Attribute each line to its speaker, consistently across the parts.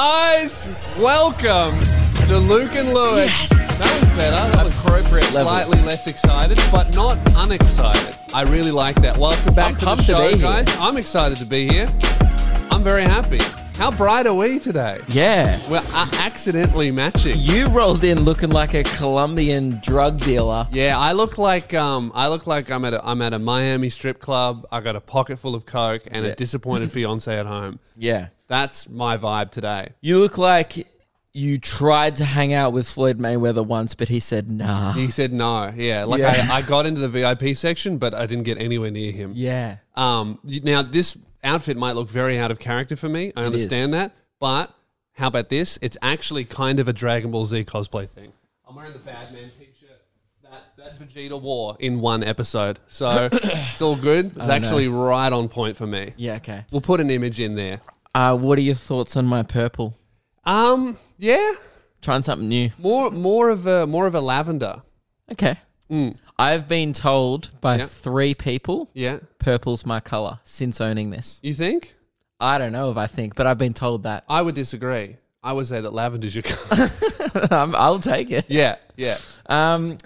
Speaker 1: Guys, welcome to Luke and Lewis. That was better. That was appropriate.
Speaker 2: Level.
Speaker 1: Slightly less excited, but not unexcited. I really like that. Welcome back
Speaker 2: I'm
Speaker 1: to the
Speaker 2: pumped to
Speaker 1: show,
Speaker 2: be here.
Speaker 1: guys. I'm excited to be here. I'm very happy. How bright are we today?
Speaker 2: Yeah.
Speaker 1: We're uh, accidentally matching.
Speaker 2: You rolled in looking like a Colombian drug dealer.
Speaker 1: Yeah, I look like um, I look like I'm at a, I'm at a Miami strip club. I got a pocket full of coke and a
Speaker 2: Yeah.
Speaker 1: disappointed fiance at home.
Speaker 2: Yeah.
Speaker 1: That's my vibe today.
Speaker 2: You look like you tried to hang out with Floyd Mayweather once, but he said nah.
Speaker 1: He said no. Yeah, like
Speaker 2: Yeah.
Speaker 1: I, I got into the VIP section, but I didn't get anywhere near him.
Speaker 2: Yeah.
Speaker 1: Um. y- Now this outfit might look very out of character for me. I understand that, but how about this? It's actually kind of a Dragon Ball Z cosplay thing. I'm wearing the Bad Man T-shirt that that Vegeta wore in one episode, so it's all good. It's actually right on point for me.
Speaker 2: Yeah, okay.
Speaker 1: We'll put an image in there.
Speaker 2: Uh, what are your thoughts on my purple?
Speaker 1: Um. Yeah.
Speaker 2: Trying something new.
Speaker 1: More more of a more of a lavender.
Speaker 2: Okay. I've been told by
Speaker 1: Mm. Yeah.
Speaker 2: three people
Speaker 1: Yeah.
Speaker 2: purple's my color since owning this.
Speaker 1: You think?
Speaker 2: I don't know if I think, but I've been told that.
Speaker 1: I would disagree. I would say that lavender's your color.
Speaker 2: Um, I'll take it.
Speaker 1: Yeah, yeah.
Speaker 2: Um,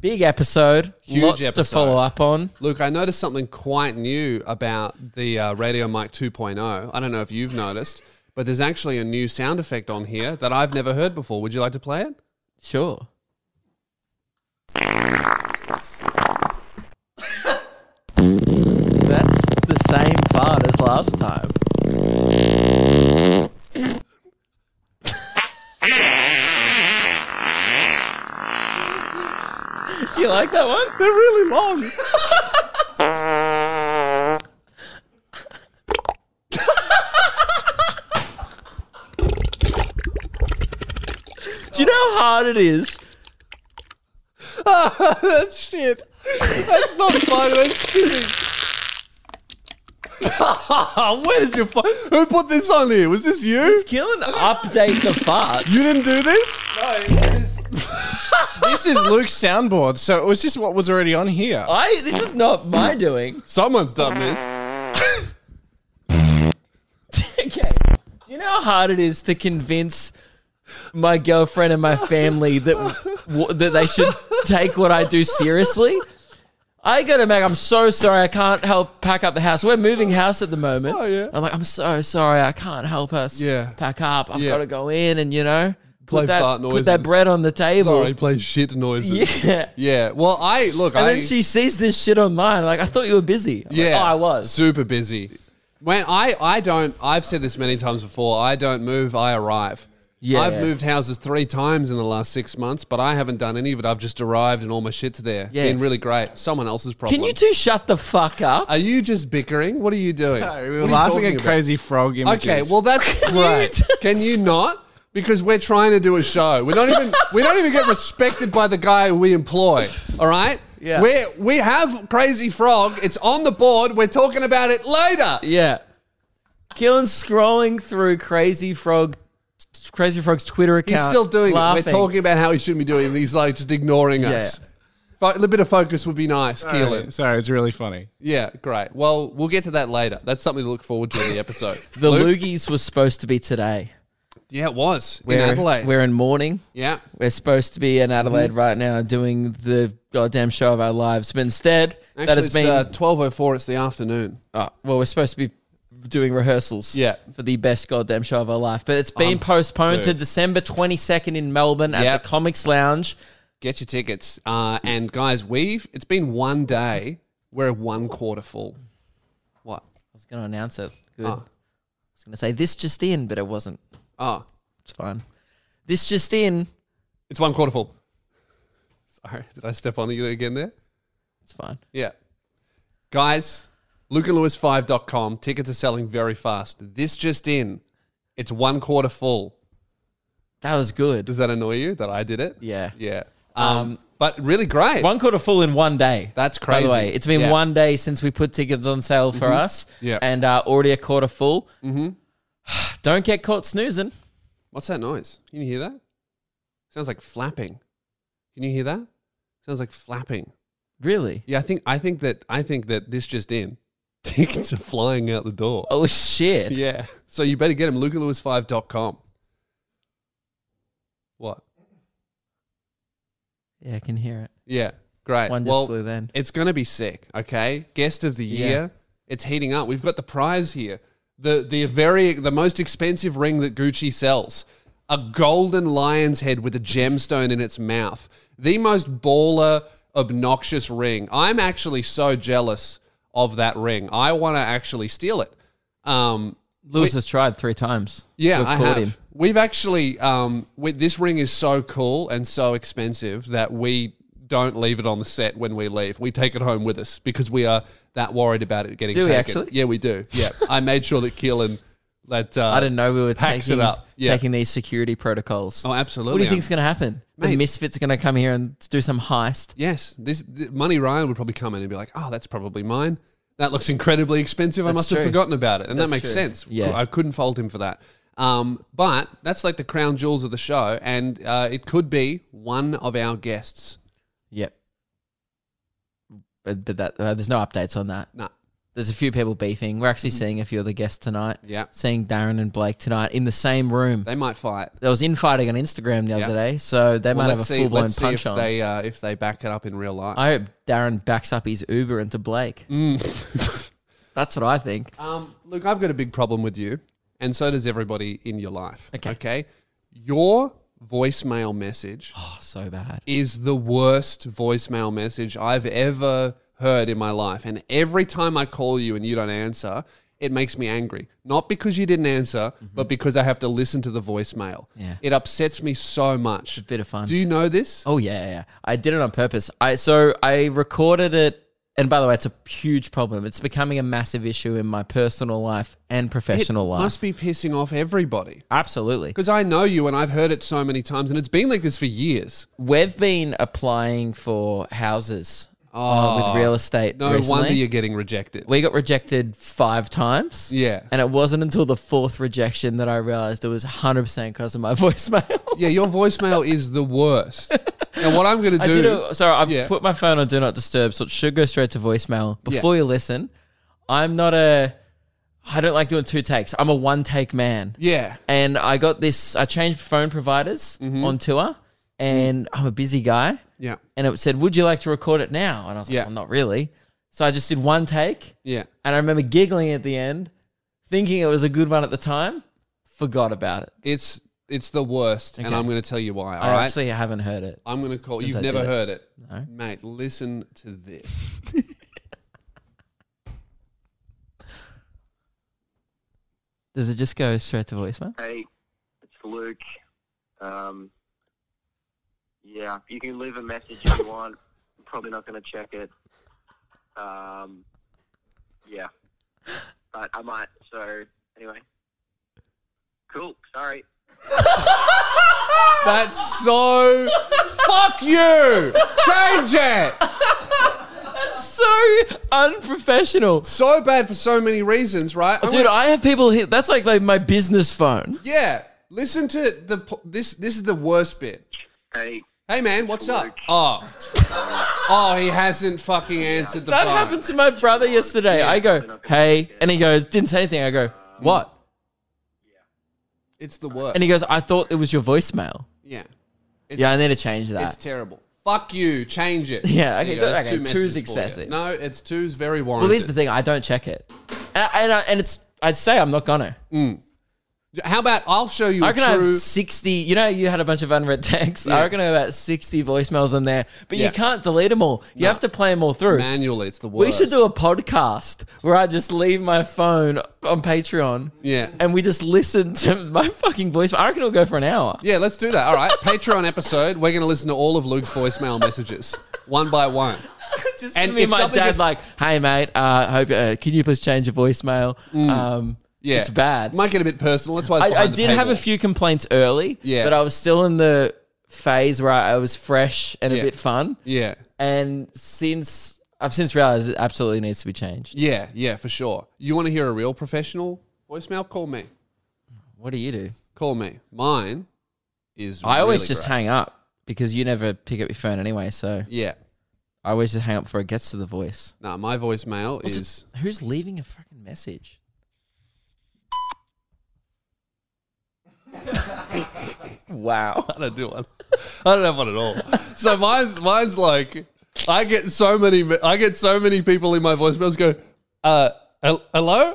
Speaker 2: big episode.
Speaker 1: Huge
Speaker 2: lots to
Speaker 1: episode.
Speaker 2: follow up on.
Speaker 1: Luke, I noticed something quite new about the uh, Radio Mic 2.0. I don't know if you've noticed, but there's actually a new sound effect on here that I've never heard before. Would you like to play it?
Speaker 2: Sure. That's the same fart as last time. Do you like that one?
Speaker 1: They're really long.
Speaker 2: Do you know how hard it is?
Speaker 1: That's shit. That's not fun. That's shitty. Where did you find? Who put this on here? Was this you?
Speaker 2: Killing update the fart.
Speaker 1: You didn't do this?
Speaker 3: this is Luke's soundboard, so it was just what was already on here.
Speaker 2: I this is not my doing.
Speaker 1: Someone's done this.
Speaker 2: okay. Do you know how hard it is to convince my girlfriend and my family that w- that they should take what I do seriously? I go to Meg. I'm so sorry. I can't help pack up the house. We're moving house at the moment.
Speaker 1: Oh, yeah.
Speaker 2: I'm like, I'm so sorry. I can't help us.
Speaker 1: Yeah.
Speaker 2: Pack up. I've
Speaker 1: Yeah.
Speaker 2: got to go in and you know
Speaker 1: Play
Speaker 2: put that
Speaker 1: fart
Speaker 2: put that
Speaker 1: noises.
Speaker 2: bread on the table.
Speaker 1: Sorry, play shit noises.
Speaker 2: Yeah.
Speaker 1: Yeah. Well, I look.
Speaker 2: And
Speaker 1: I,
Speaker 2: then she sees this shit online. Like I thought you were busy. I'm like,
Speaker 1: Yeah,
Speaker 2: oh, I was.
Speaker 1: super busy. When I I don't I've said this many times before. I don't move. I arrive.
Speaker 2: Yeah.
Speaker 1: I've moved houses three times in the last six months, but I haven't done any of it. I've just arrived and all my shit's there.
Speaker 2: Yeah.
Speaker 1: Been really great. Someone else's problem.
Speaker 2: Can you two shut the fuck up?
Speaker 1: Are you just bickering? What are you doing?
Speaker 3: we
Speaker 1: What are
Speaker 3: were
Speaker 1: you
Speaker 3: laughing
Speaker 1: talking
Speaker 3: at
Speaker 1: about?
Speaker 3: crazy frog images.
Speaker 1: Okay, well that's right.
Speaker 2: just-
Speaker 1: Can you not? Because we're trying to do a show. We don't even we don't even get respected by the guy we employ. All right.
Speaker 2: Yeah.
Speaker 1: We we have Crazy Frog. It's on the board. We're talking about it later.
Speaker 2: Yeah. Killen's scrolling through Crazy Frog, Crazy Frog's Twitter account.
Speaker 1: He's still doing
Speaker 2: laughing.
Speaker 1: it. We're talking about how he shouldn't be doing it. and He's like just ignoring
Speaker 2: Yeah.
Speaker 1: us. Fo- a bit of focus would be nice, Keelan.
Speaker 3: sorry, sorry, it's really funny.
Speaker 1: Yeah, great. Well, we'll get to that later. That's something to look forward to in the episode.
Speaker 2: The
Speaker 1: Luke?
Speaker 2: Loogies was supposed to be today.
Speaker 1: Yeah, it was
Speaker 2: We're,
Speaker 1: in Adelaide. Mm-hmm.
Speaker 2: We're in mourning.
Speaker 1: yeah.
Speaker 2: We're supposed to be in Adelaide right now doing the goddamn show of our lives. But instead, that
Speaker 1: Actually,
Speaker 2: has
Speaker 1: it's
Speaker 2: been.
Speaker 1: uh, 12.04. It's the afternoon.
Speaker 2: oh, well, we're supposed to be doing rehearsals
Speaker 1: Yeah.
Speaker 2: for the best goddamn show of our life. But it's been postponed to
Speaker 1: dude.
Speaker 2: December 22nd in Melbourne at
Speaker 1: Yep.
Speaker 2: the Comics Lounge.
Speaker 1: Get your tickets. Uh, and guys, we've it's been one day. We're one quarter full. What?
Speaker 2: I was going to announce it. Good. I
Speaker 1: Oh.
Speaker 2: was going to say this just in, but it wasn't.
Speaker 1: Oh,
Speaker 2: It's fine. This just in.
Speaker 1: it's one quarter full. Sorry, did I step on you again there?
Speaker 2: It's fine.
Speaker 1: Yeah. Guys, lukeandlewis5.com. Tickets are selling very fast. This just in. It's one quarter full.
Speaker 2: That was good.
Speaker 1: Does that annoy you that I did it?
Speaker 2: Yeah.
Speaker 1: Yeah. Um, but really great.
Speaker 2: One quarter full in one day.
Speaker 1: That's
Speaker 2: By
Speaker 1: crazy.
Speaker 2: the way, it's been
Speaker 1: Yeah. Mm-hmm.
Speaker 2: one day since we put tickets on sale for us.
Speaker 1: Yeah.
Speaker 2: And uh, already a quarter full. Mm-hmm. Don't get caught snoozing.
Speaker 1: What's that noise? Can you hear that? Sounds like flapping. Can you hear that? Sounds like flapping.
Speaker 2: Really?
Speaker 1: Yeah, I think I think that I think that this just in. Tickets are flying out the door.
Speaker 2: Oh, shit.
Speaker 1: Yeah. So you better get them lukeandlewis5.com. What?
Speaker 2: Yeah, I can hear it.
Speaker 1: Yeah, great.
Speaker 2: One just
Speaker 1: well,
Speaker 2: flew then.
Speaker 1: it's going to be sick. Okay, guest of the
Speaker 2: Yeah.
Speaker 1: year. It's heating up. We've got the prize here. the the very the most expensive ring that Gucci sells. A golden lion's head with a gemstone in its mouth. The most baller, obnoxious ring. I'm actually so jealous of that ring. I want to actually steal it. Um,
Speaker 2: Lewis has tried three times.
Speaker 1: yeah,
Speaker 2: We've
Speaker 1: I
Speaker 2: caught
Speaker 1: have.
Speaker 2: him.
Speaker 1: We've actually um, we, this ring is so cool and so expensive that we don't leave it on the set when we leave. We take it home with us because we are that worried about it getting
Speaker 2: Do we
Speaker 1: taken.
Speaker 2: actually?
Speaker 1: Yeah, we do. Yeah, I made sure that Keelan that uh,
Speaker 2: I didn't know we were
Speaker 1: packs
Speaker 2: taking
Speaker 1: it up. Yeah.
Speaker 2: taking these security protocols.
Speaker 1: Oh, absolutely.
Speaker 2: what do you think's going to happen? The
Speaker 1: Mate.
Speaker 2: misfits are going to come here and do some heist.
Speaker 1: Yes, this th- money Ryan would probably come in and be like, "Oh, that's probably mine. That looks incredibly expensive. I
Speaker 2: That's
Speaker 1: must have
Speaker 2: true.
Speaker 1: forgotten about it." And
Speaker 2: That's
Speaker 1: that makes
Speaker 2: true.
Speaker 1: sense.
Speaker 2: Yeah.
Speaker 1: I couldn't fault him for that. Um, but that's like the crown jewels of the show, and uh, it could be one of our guests.
Speaker 2: Yep. But, but that uh, there's no updates on that.
Speaker 1: No,
Speaker 2: There's a few people beefing. We're actually seeing a few of the guests tonight.
Speaker 1: Mm. yeah,
Speaker 2: Seeing Darren and Blake tonight in the same room.
Speaker 1: they might fight.
Speaker 2: There was infighting on Instagram the
Speaker 1: Yeah.
Speaker 2: other day, so they
Speaker 1: Well,
Speaker 2: might have a
Speaker 1: let's
Speaker 2: full blown
Speaker 1: let's
Speaker 2: punch
Speaker 1: if
Speaker 2: on.
Speaker 1: they uh, if they back it up in real life.
Speaker 2: I hope Darren backs up his Uber into Blake.
Speaker 1: Mm.
Speaker 2: That's what I think.
Speaker 1: Um, look, I've got a big problem with you, and so does everybody in your life.
Speaker 2: Okay.
Speaker 1: okay? your voicemail message
Speaker 2: Oh, so bad.
Speaker 1: is the worst voicemail message I've ever heard in my life. And every time I call you and you don't answer, it makes me angry. Not because you didn't answer, but because I have to listen to the voicemail.
Speaker 2: Mm-hmm. Yeah.
Speaker 1: It upsets me so much.
Speaker 2: Bit of fun.
Speaker 1: Do you know this?
Speaker 2: Oh yeah, yeah, yeah. I did it on purpose. I so I recorded it, and by the way, it's a huge problem. It's becoming a massive issue in my personal life and professional life.
Speaker 1: Must be pissing off everybody.
Speaker 2: Absolutely.
Speaker 1: Because I know you and I've heard it so many times, and it's been like this for years.
Speaker 2: We've been applying for houses uh, with real estate.
Speaker 1: Ah, No
Speaker 2: recently.
Speaker 1: wonder you're getting rejected.
Speaker 2: We got rejected five times.
Speaker 1: Yeah.
Speaker 2: And it wasn't until the fourth rejection that I realized it was 100% because of my voicemail.
Speaker 1: Yeah, your voicemail is the worst. And what I'm going to
Speaker 2: I did
Speaker 1: do.
Speaker 2: a, sorry, I've
Speaker 1: Yeah.
Speaker 2: put my phone on do not disturb, so it should go straight to voicemail. Before you listen, I'm not a I don't like doing two takes. I'm a one take man.
Speaker 1: Yeah.
Speaker 2: And I got this I changed phone providers
Speaker 1: Mm-hmm.
Speaker 2: on tour and I'm a busy guy.
Speaker 1: Yeah.
Speaker 2: And it said, Would you like to record it now? And I was like,
Speaker 1: Yeah.
Speaker 2: well, not really. So I just did one take
Speaker 1: Yeah.
Speaker 2: and I remember giggling at the end, thinking it was a good one at the time, forgot about it.
Speaker 1: It's it's the worst, and
Speaker 2: Okay.
Speaker 1: I'm going to tell you why.
Speaker 2: I
Speaker 1: All right,
Speaker 2: actually haven't heard it.
Speaker 1: I'm going to call.
Speaker 2: Since
Speaker 1: You've
Speaker 2: I
Speaker 1: never
Speaker 2: did it.
Speaker 1: heard it,
Speaker 2: No.
Speaker 1: mate. Listen to this.
Speaker 2: Does it just go straight to voicemail?
Speaker 4: Hey, it's Luke. Um, yeah, you can leave a message if you want. I'm probably not going to check it. Um, yeah, but I might. So anyway, cool. Sorry.
Speaker 1: That's so. Fuck you! Change it.
Speaker 2: so unprofessional.
Speaker 1: So bad for so many reasons, right? I'm
Speaker 2: Dude,
Speaker 1: gonna-
Speaker 2: I have people hit. That's like, like my business phone.
Speaker 1: yeah. Listen to the po- this. This is the worst bit.
Speaker 4: Hey,
Speaker 1: Hey man, what's up? Oh, oh, he hasn't fucking answered the
Speaker 2: That
Speaker 1: phone.
Speaker 2: happened to my brother yesterday. I go, hey. And he goes, didn't say anything. I go, what?
Speaker 1: It's the worst.
Speaker 2: And he goes, I thought it was your voicemail.
Speaker 1: yeah,
Speaker 2: Yeah, I need to change that.
Speaker 1: it's terrible. Fuck you. Change it.
Speaker 2: Yeah,
Speaker 1: There
Speaker 2: okay,
Speaker 1: you go, that's
Speaker 2: okay, two's
Speaker 1: messages for you.
Speaker 2: excessive.
Speaker 1: No, it's two's very warranted.
Speaker 2: well, here's the thing I don't check it. And, I, and, I, and it's, I'd say I'm not gonna.
Speaker 1: How about I'll show you
Speaker 2: I
Speaker 1: a
Speaker 2: reckon I have
Speaker 1: Mm, true.
Speaker 2: 60, you know, you had a bunch of unread texts. I
Speaker 1: Yeah.
Speaker 2: reckon I have about 60 voicemails in there, but
Speaker 1: Yeah.
Speaker 2: you can't delete them all. You have to play them all through.
Speaker 1: Manually, it's the worst.
Speaker 2: We should do a podcast where I just leave my phone on Patreon.
Speaker 1: Yeah.
Speaker 2: And we just listen to my fucking voice. I reckon it'll go for an hour.
Speaker 1: Yeah, let's do that. All right, Patreon episode. We're going to listen to all of Luke's voicemail messages one by one.
Speaker 2: Just
Speaker 1: And
Speaker 2: and me
Speaker 1: if
Speaker 2: and my dad,
Speaker 1: something gets-
Speaker 2: like, hey, mate, uh, hope uh, can you please change your voicemail?
Speaker 1: Mm.
Speaker 2: Um,
Speaker 1: Yeah,
Speaker 2: It's bad.
Speaker 1: Might get a bit personal. That's why it's
Speaker 2: I, I
Speaker 1: behind the
Speaker 2: did have a
Speaker 1: paywall.
Speaker 2: few complaints early,
Speaker 1: Yeah.
Speaker 2: but I was still in the phase where I was fresh and
Speaker 1: Yeah.
Speaker 2: a bit fun.
Speaker 1: Yeah,
Speaker 2: And since I've since realized it absolutely needs to be changed.
Speaker 1: yeah, yeah, for sure. You want to hear a real professional voicemail? Call me.
Speaker 2: What do you do?
Speaker 1: Call me. Mine is.
Speaker 2: I always
Speaker 1: really
Speaker 2: just
Speaker 1: great.
Speaker 2: hang up because you never pick up your phone anyway. So
Speaker 1: Yeah.
Speaker 2: I always just hang up before it gets to the voice.
Speaker 1: No, my voicemail
Speaker 2: What's
Speaker 1: is.
Speaker 2: it- who's leaving a fucking message? Wow.
Speaker 1: I don't do one. I don't have one at all. So mine's mine's like I get so many I get so many people in my voicemails go, uh, hel- hello,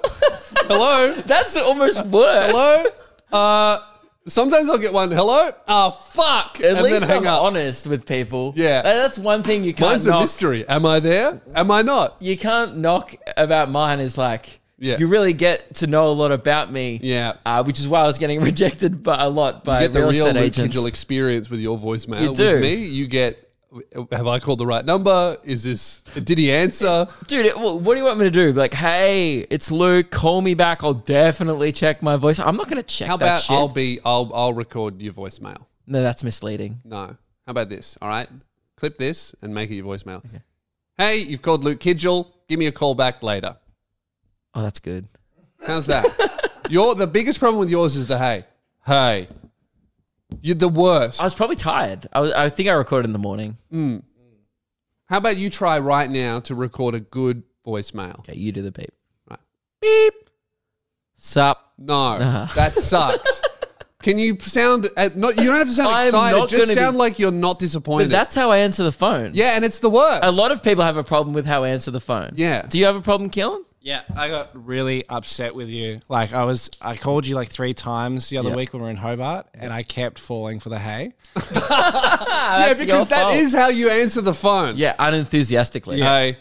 Speaker 1: hello,
Speaker 2: That's almost worse.
Speaker 1: hello. Uh, sometimes I'll get one. Hello, ah, fuck,
Speaker 2: At
Speaker 1: and
Speaker 2: least
Speaker 1: then hang
Speaker 2: I'm
Speaker 1: up.
Speaker 2: honest with people.
Speaker 1: Yeah.
Speaker 2: Like, that's one thing you can't
Speaker 1: Mine's a
Speaker 2: knock.
Speaker 1: mystery. Am I there? Am I not?
Speaker 2: You can't knock about mine is like
Speaker 1: Yeah.
Speaker 2: you really get to know a lot about me.
Speaker 1: Yeah.
Speaker 2: Uh, which is why I was getting rejected by a lot by
Speaker 1: get the
Speaker 2: real
Speaker 1: real
Speaker 2: estate
Speaker 1: Luke
Speaker 2: agents.
Speaker 1: Kidgel experience with your voicemail.
Speaker 2: You do.
Speaker 1: With me, you get. Have I called the right number? Is this? Did he answer?
Speaker 2: Dude, it- wh- what do you want me to do? Be Like, hey, it's Luke. Call me back. I'll definitely check my voice. I'm not going to check
Speaker 1: How
Speaker 2: that
Speaker 1: about
Speaker 2: shit.
Speaker 1: I'll be? I'll I'll record your voicemail.
Speaker 2: no, that's misleading.
Speaker 1: No. How about this? All right. Clip this and make it your voicemail. Hey, you've called Luke Kidgel. Give me a call back later.
Speaker 2: Oh, that's good.
Speaker 1: How's that? your the biggest problem with yours is the hey. Hey. You're the worst.
Speaker 2: I was probably tired. I, was, I think I recorded in the morning.
Speaker 1: How about you try right now to record a good voicemail?
Speaker 2: Okay, you do the beep.
Speaker 1: Right. Beep.
Speaker 2: Sup?
Speaker 1: No. That sucks. Can you sound uh, not you don't have to sound
Speaker 2: I'm
Speaker 1: excited,
Speaker 2: not
Speaker 1: just
Speaker 2: gonna be-
Speaker 1: sound like you're not
Speaker 2: But
Speaker 1: disappointed.
Speaker 2: that's how I answer the phone.
Speaker 1: yeah, and it's the worst.
Speaker 2: A lot of people have a problem with how I answer the phone.
Speaker 1: Yeah.
Speaker 2: Do you have a problem, Killen?
Speaker 3: Yeah, I got really upset with you. Like I was, I called you like three times the other
Speaker 2: Yeah.
Speaker 3: week when we were in Hobart, and I kept falling for the hay.
Speaker 1: yeah,
Speaker 2: your
Speaker 1: because that
Speaker 2: fault.
Speaker 1: is how you answer the phone.
Speaker 2: Yeah, unenthusiastically.
Speaker 1: Hey.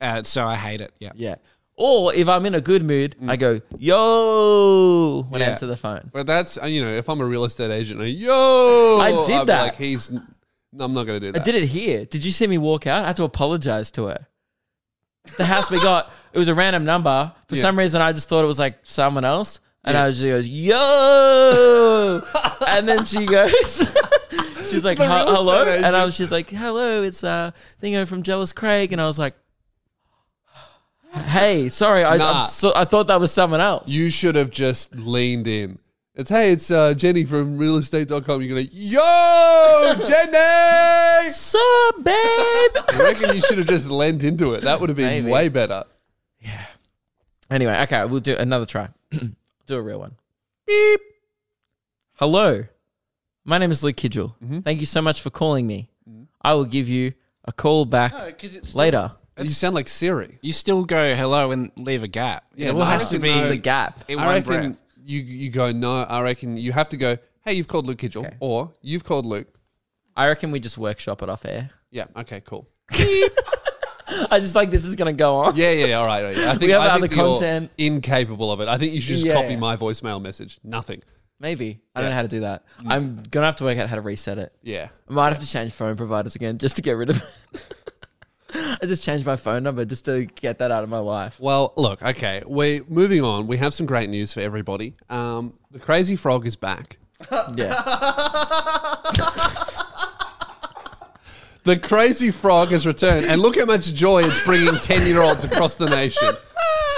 Speaker 3: Uh, so I hate it. Yeah.
Speaker 2: Yeah. Or if I'm in a good mood, I go, yo, when I
Speaker 1: Mm. Yeah.
Speaker 2: answer the phone.
Speaker 1: But that's uh, you know, if I'm a real estate agent, I, yo,
Speaker 2: I did
Speaker 1: I'd be
Speaker 2: that.
Speaker 1: Like he's, no, I'm not gonna do
Speaker 2: I
Speaker 1: that.
Speaker 2: did it here. Did you see me walk out? I had to apologize to her. The house we got, it was a random number. For
Speaker 1: Yeah.
Speaker 2: some reason, I just thought it was like someone else. And
Speaker 1: Yeah.
Speaker 2: I was, she goes, yo. and then she goes, she's like,
Speaker 1: The real
Speaker 2: "Hel- hello.
Speaker 1: estate
Speaker 2: And I
Speaker 1: agent.
Speaker 2: was, she's like, hello, it's uh, Thingo from Jealous Craig. And I was like, hey, sorry. I,
Speaker 1: Nah.
Speaker 2: I'm so, I thought that was someone else.
Speaker 1: You should have just leaned in. It's hey, it's uh, Jenny from realestate.com. You're gonna yo, Jenny.
Speaker 2: Sup, babe?
Speaker 1: I reckon you should have just leant into it. That would have been
Speaker 2: Maybe.
Speaker 1: way better.
Speaker 2: anyway, okay, we'll do another try. do a real one. Beep. Hello. My name is Luke Kidgel. Thank you so much for calling me. I will give you a call back later.
Speaker 1: You sound like Siri.
Speaker 3: You still go hello and leave a gap.
Speaker 1: Yeah,
Speaker 3: it
Speaker 1: well,
Speaker 3: has
Speaker 1: I
Speaker 3: to
Speaker 1: reckon
Speaker 3: be
Speaker 1: no-
Speaker 2: The gap.
Speaker 3: in
Speaker 1: I
Speaker 3: one
Speaker 1: reckon
Speaker 3: breath.
Speaker 1: you you go no. I reckon you have to go. Hey, you've called Luke Kidgel, or you've called Luke.
Speaker 2: I reckon we just workshop it off air.
Speaker 1: Yeah. Okay. Cool.
Speaker 2: I just like this is gonna go on.
Speaker 1: Yeah, yeah, yeah, all right. all right. I think
Speaker 2: have
Speaker 1: I think
Speaker 2: other
Speaker 1: you're
Speaker 2: content.
Speaker 1: Incapable of it. I think you should just
Speaker 2: Yeah.
Speaker 1: copy my voicemail message. Nothing.
Speaker 2: Maybe. I don't know how to do that. I'm gonna have to work out how to reset it.
Speaker 1: Yeah.
Speaker 2: I might have to change phone providers again just to get rid of it. I just changed my phone number just to get that out of my life.
Speaker 1: Well, look. Okay, we're moving on. We have some great news for everybody. Um, the crazy frog is back.
Speaker 2: Yeah.
Speaker 1: The crazy frog has returned, and look how much joy it's bringing ten-year-olds across the nation.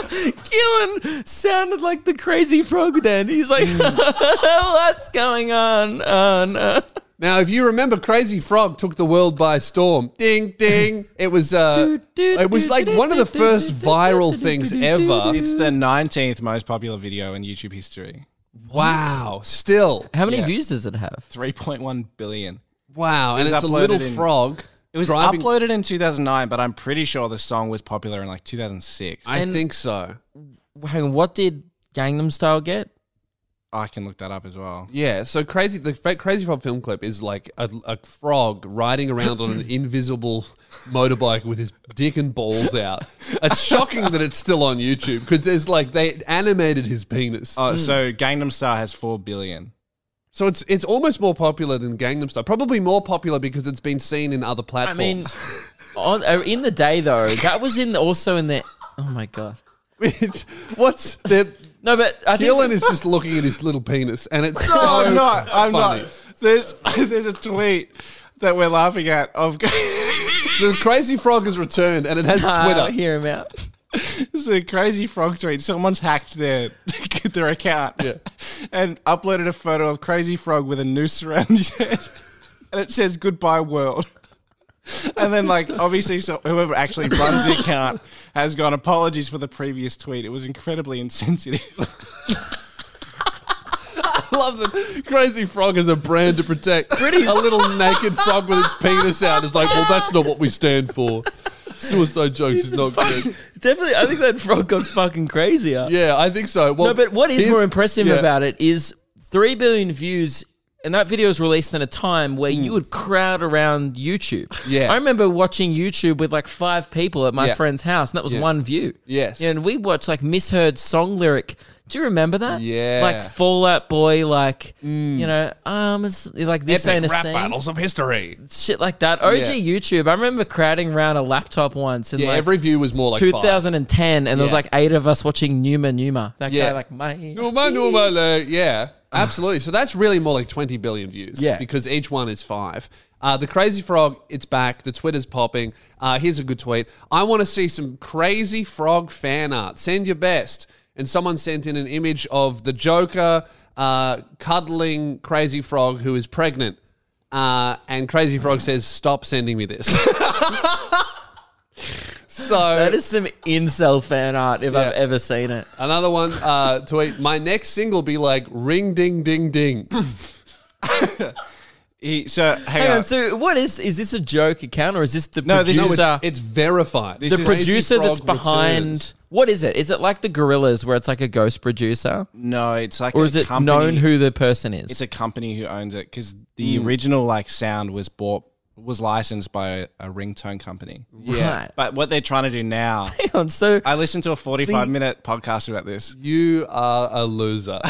Speaker 2: Keelan sounded like the crazy frog then. He's like, what's going on? Oh, no.
Speaker 1: Now, if you remember, Crazy Frog took the world by storm. Ding, ding! It was uh, it was like one of the first viral things ever.
Speaker 3: It's the 19th most popular video in YouTube history.
Speaker 1: wow! Still,
Speaker 2: How many
Speaker 3: Yeah.
Speaker 2: views does it have?
Speaker 3: 3.1 billion.
Speaker 1: wow! And
Speaker 3: was
Speaker 1: it's a
Speaker 3: uploaded
Speaker 1: little
Speaker 3: in-
Speaker 1: frog.
Speaker 3: It was
Speaker 1: driving-
Speaker 3: uploaded in 2009, but I'm pretty sure the song was popular in like 2006. I,
Speaker 1: I think so.
Speaker 2: Hang on, what did Gangnam Style get?
Speaker 3: can look that up as well.
Speaker 1: Yeah, so crazy. The fa- crazy frog film clip is like a, a frog riding around on an invisible motorbike with his dick and balls out. It's shocking that it's still on YouTube because there's like they animated his penis.
Speaker 3: Oh, so Gangnam Style has 4 billion.
Speaker 1: so it's it's almost more popular than Gangnam Style. Probably more popular because it's been seen in other
Speaker 2: I
Speaker 1: platforms.
Speaker 2: mean, on, uh, in the day though, that was in also in the. Oh my god.
Speaker 1: It's- what's the
Speaker 2: No, but I think
Speaker 1: Dylan is just looking at his little penis, and it's so
Speaker 3: I'm not. I'm
Speaker 1: funny.
Speaker 3: not. There's, there's a tweet that we're laughing at of.
Speaker 1: The crazy frog has returned, and it has
Speaker 2: Twitter.
Speaker 1: Twitter.
Speaker 2: Ah, hear him out.
Speaker 3: This is a crazy frog tweet. Someone's hacked their their account and uploaded a photo of crazy frog with a noose around his head, and it says "Goodbye World." And then, like, obviously, so whoever actually runs the account has gone. Apologies for the previous tweet. It was incredibly insensitive.
Speaker 1: I love that Crazy Frog is a brand to protect. Pretty a little naked frog with its penis out. It's like, well, that's not what we stand for. Suicide jokes is not good.
Speaker 2: Definitely, I think that frog got fucking crazier.
Speaker 1: Yeah, I think so. Well,
Speaker 2: No, but what is
Speaker 1: here's-
Speaker 2: more impressive
Speaker 1: yeah.
Speaker 2: about it is 3 billion views, and that video was released in a time where you would crowd around YouTube.
Speaker 1: Mm. Yeah.
Speaker 2: I remember watching YouTube with like five people at my
Speaker 1: Yeah.
Speaker 2: friend's house, and that was
Speaker 1: Yeah.
Speaker 2: one view.
Speaker 1: Yes.
Speaker 2: and we watched like misheard song lyric. Do you remember that?
Speaker 1: Yeah. Mm.
Speaker 2: Like Fallout Boy, like, you know, arms, like this ain't a
Speaker 1: Epic rap
Speaker 2: scene.
Speaker 1: battles of history.
Speaker 2: Shit like that. OG YouTube. I remember crowding around a laptop once and
Speaker 1: Yeah,
Speaker 2: like
Speaker 1: every view was more like five.
Speaker 2: 2010, and there was
Speaker 1: Yeah.
Speaker 2: like eight of us watching Numa Numa. That
Speaker 1: Yeah.
Speaker 2: guy, like, mate.
Speaker 1: Normal, normal, uh, yeah, absolutely. So that's really more like 20 billion views.
Speaker 2: Yeah.
Speaker 1: Because each one is five. Uh, the Crazy Frog, it's back. The Twitter's popping. Uh, here's a good tweet. I want to see some Crazy Frog fan art. Send your best. And someone sent in an image of the Joker uh, cuddling Crazy Frog who is pregnant. Uh, and Crazy Frog says, Stop sending me this. so
Speaker 2: That is some incel fan art if I've
Speaker 1: Yeah.
Speaker 2: ever seen it.
Speaker 1: Another one uh, tweet. My next single be like ring ding ding ding.
Speaker 3: He, so hang,
Speaker 2: Hang
Speaker 3: on.
Speaker 2: on, so what is is this a joke account or is this the
Speaker 3: No, this
Speaker 2: producer?
Speaker 3: is-
Speaker 1: No,
Speaker 3: Producer.
Speaker 1: it's, it's verified.
Speaker 3: This
Speaker 2: the
Speaker 3: is-
Speaker 1: Crazy
Speaker 2: producer
Speaker 1: Frog
Speaker 2: that's behind.
Speaker 1: returns.
Speaker 2: What is it? Is it like the Gorillas, where it's like a ghost producer,
Speaker 3: no, it's like
Speaker 2: or
Speaker 3: a
Speaker 2: is it
Speaker 3: company,
Speaker 2: known who the person is?
Speaker 3: It's a company who owns it because
Speaker 1: Mm.
Speaker 3: the original like sound was bought was licensed by a, a ringtone company.
Speaker 1: Yeah.
Speaker 2: Right.
Speaker 3: But what they're trying to do now,
Speaker 2: Hang on, so
Speaker 3: I listened to a forty-five minute podcast about this.
Speaker 1: You are a loser.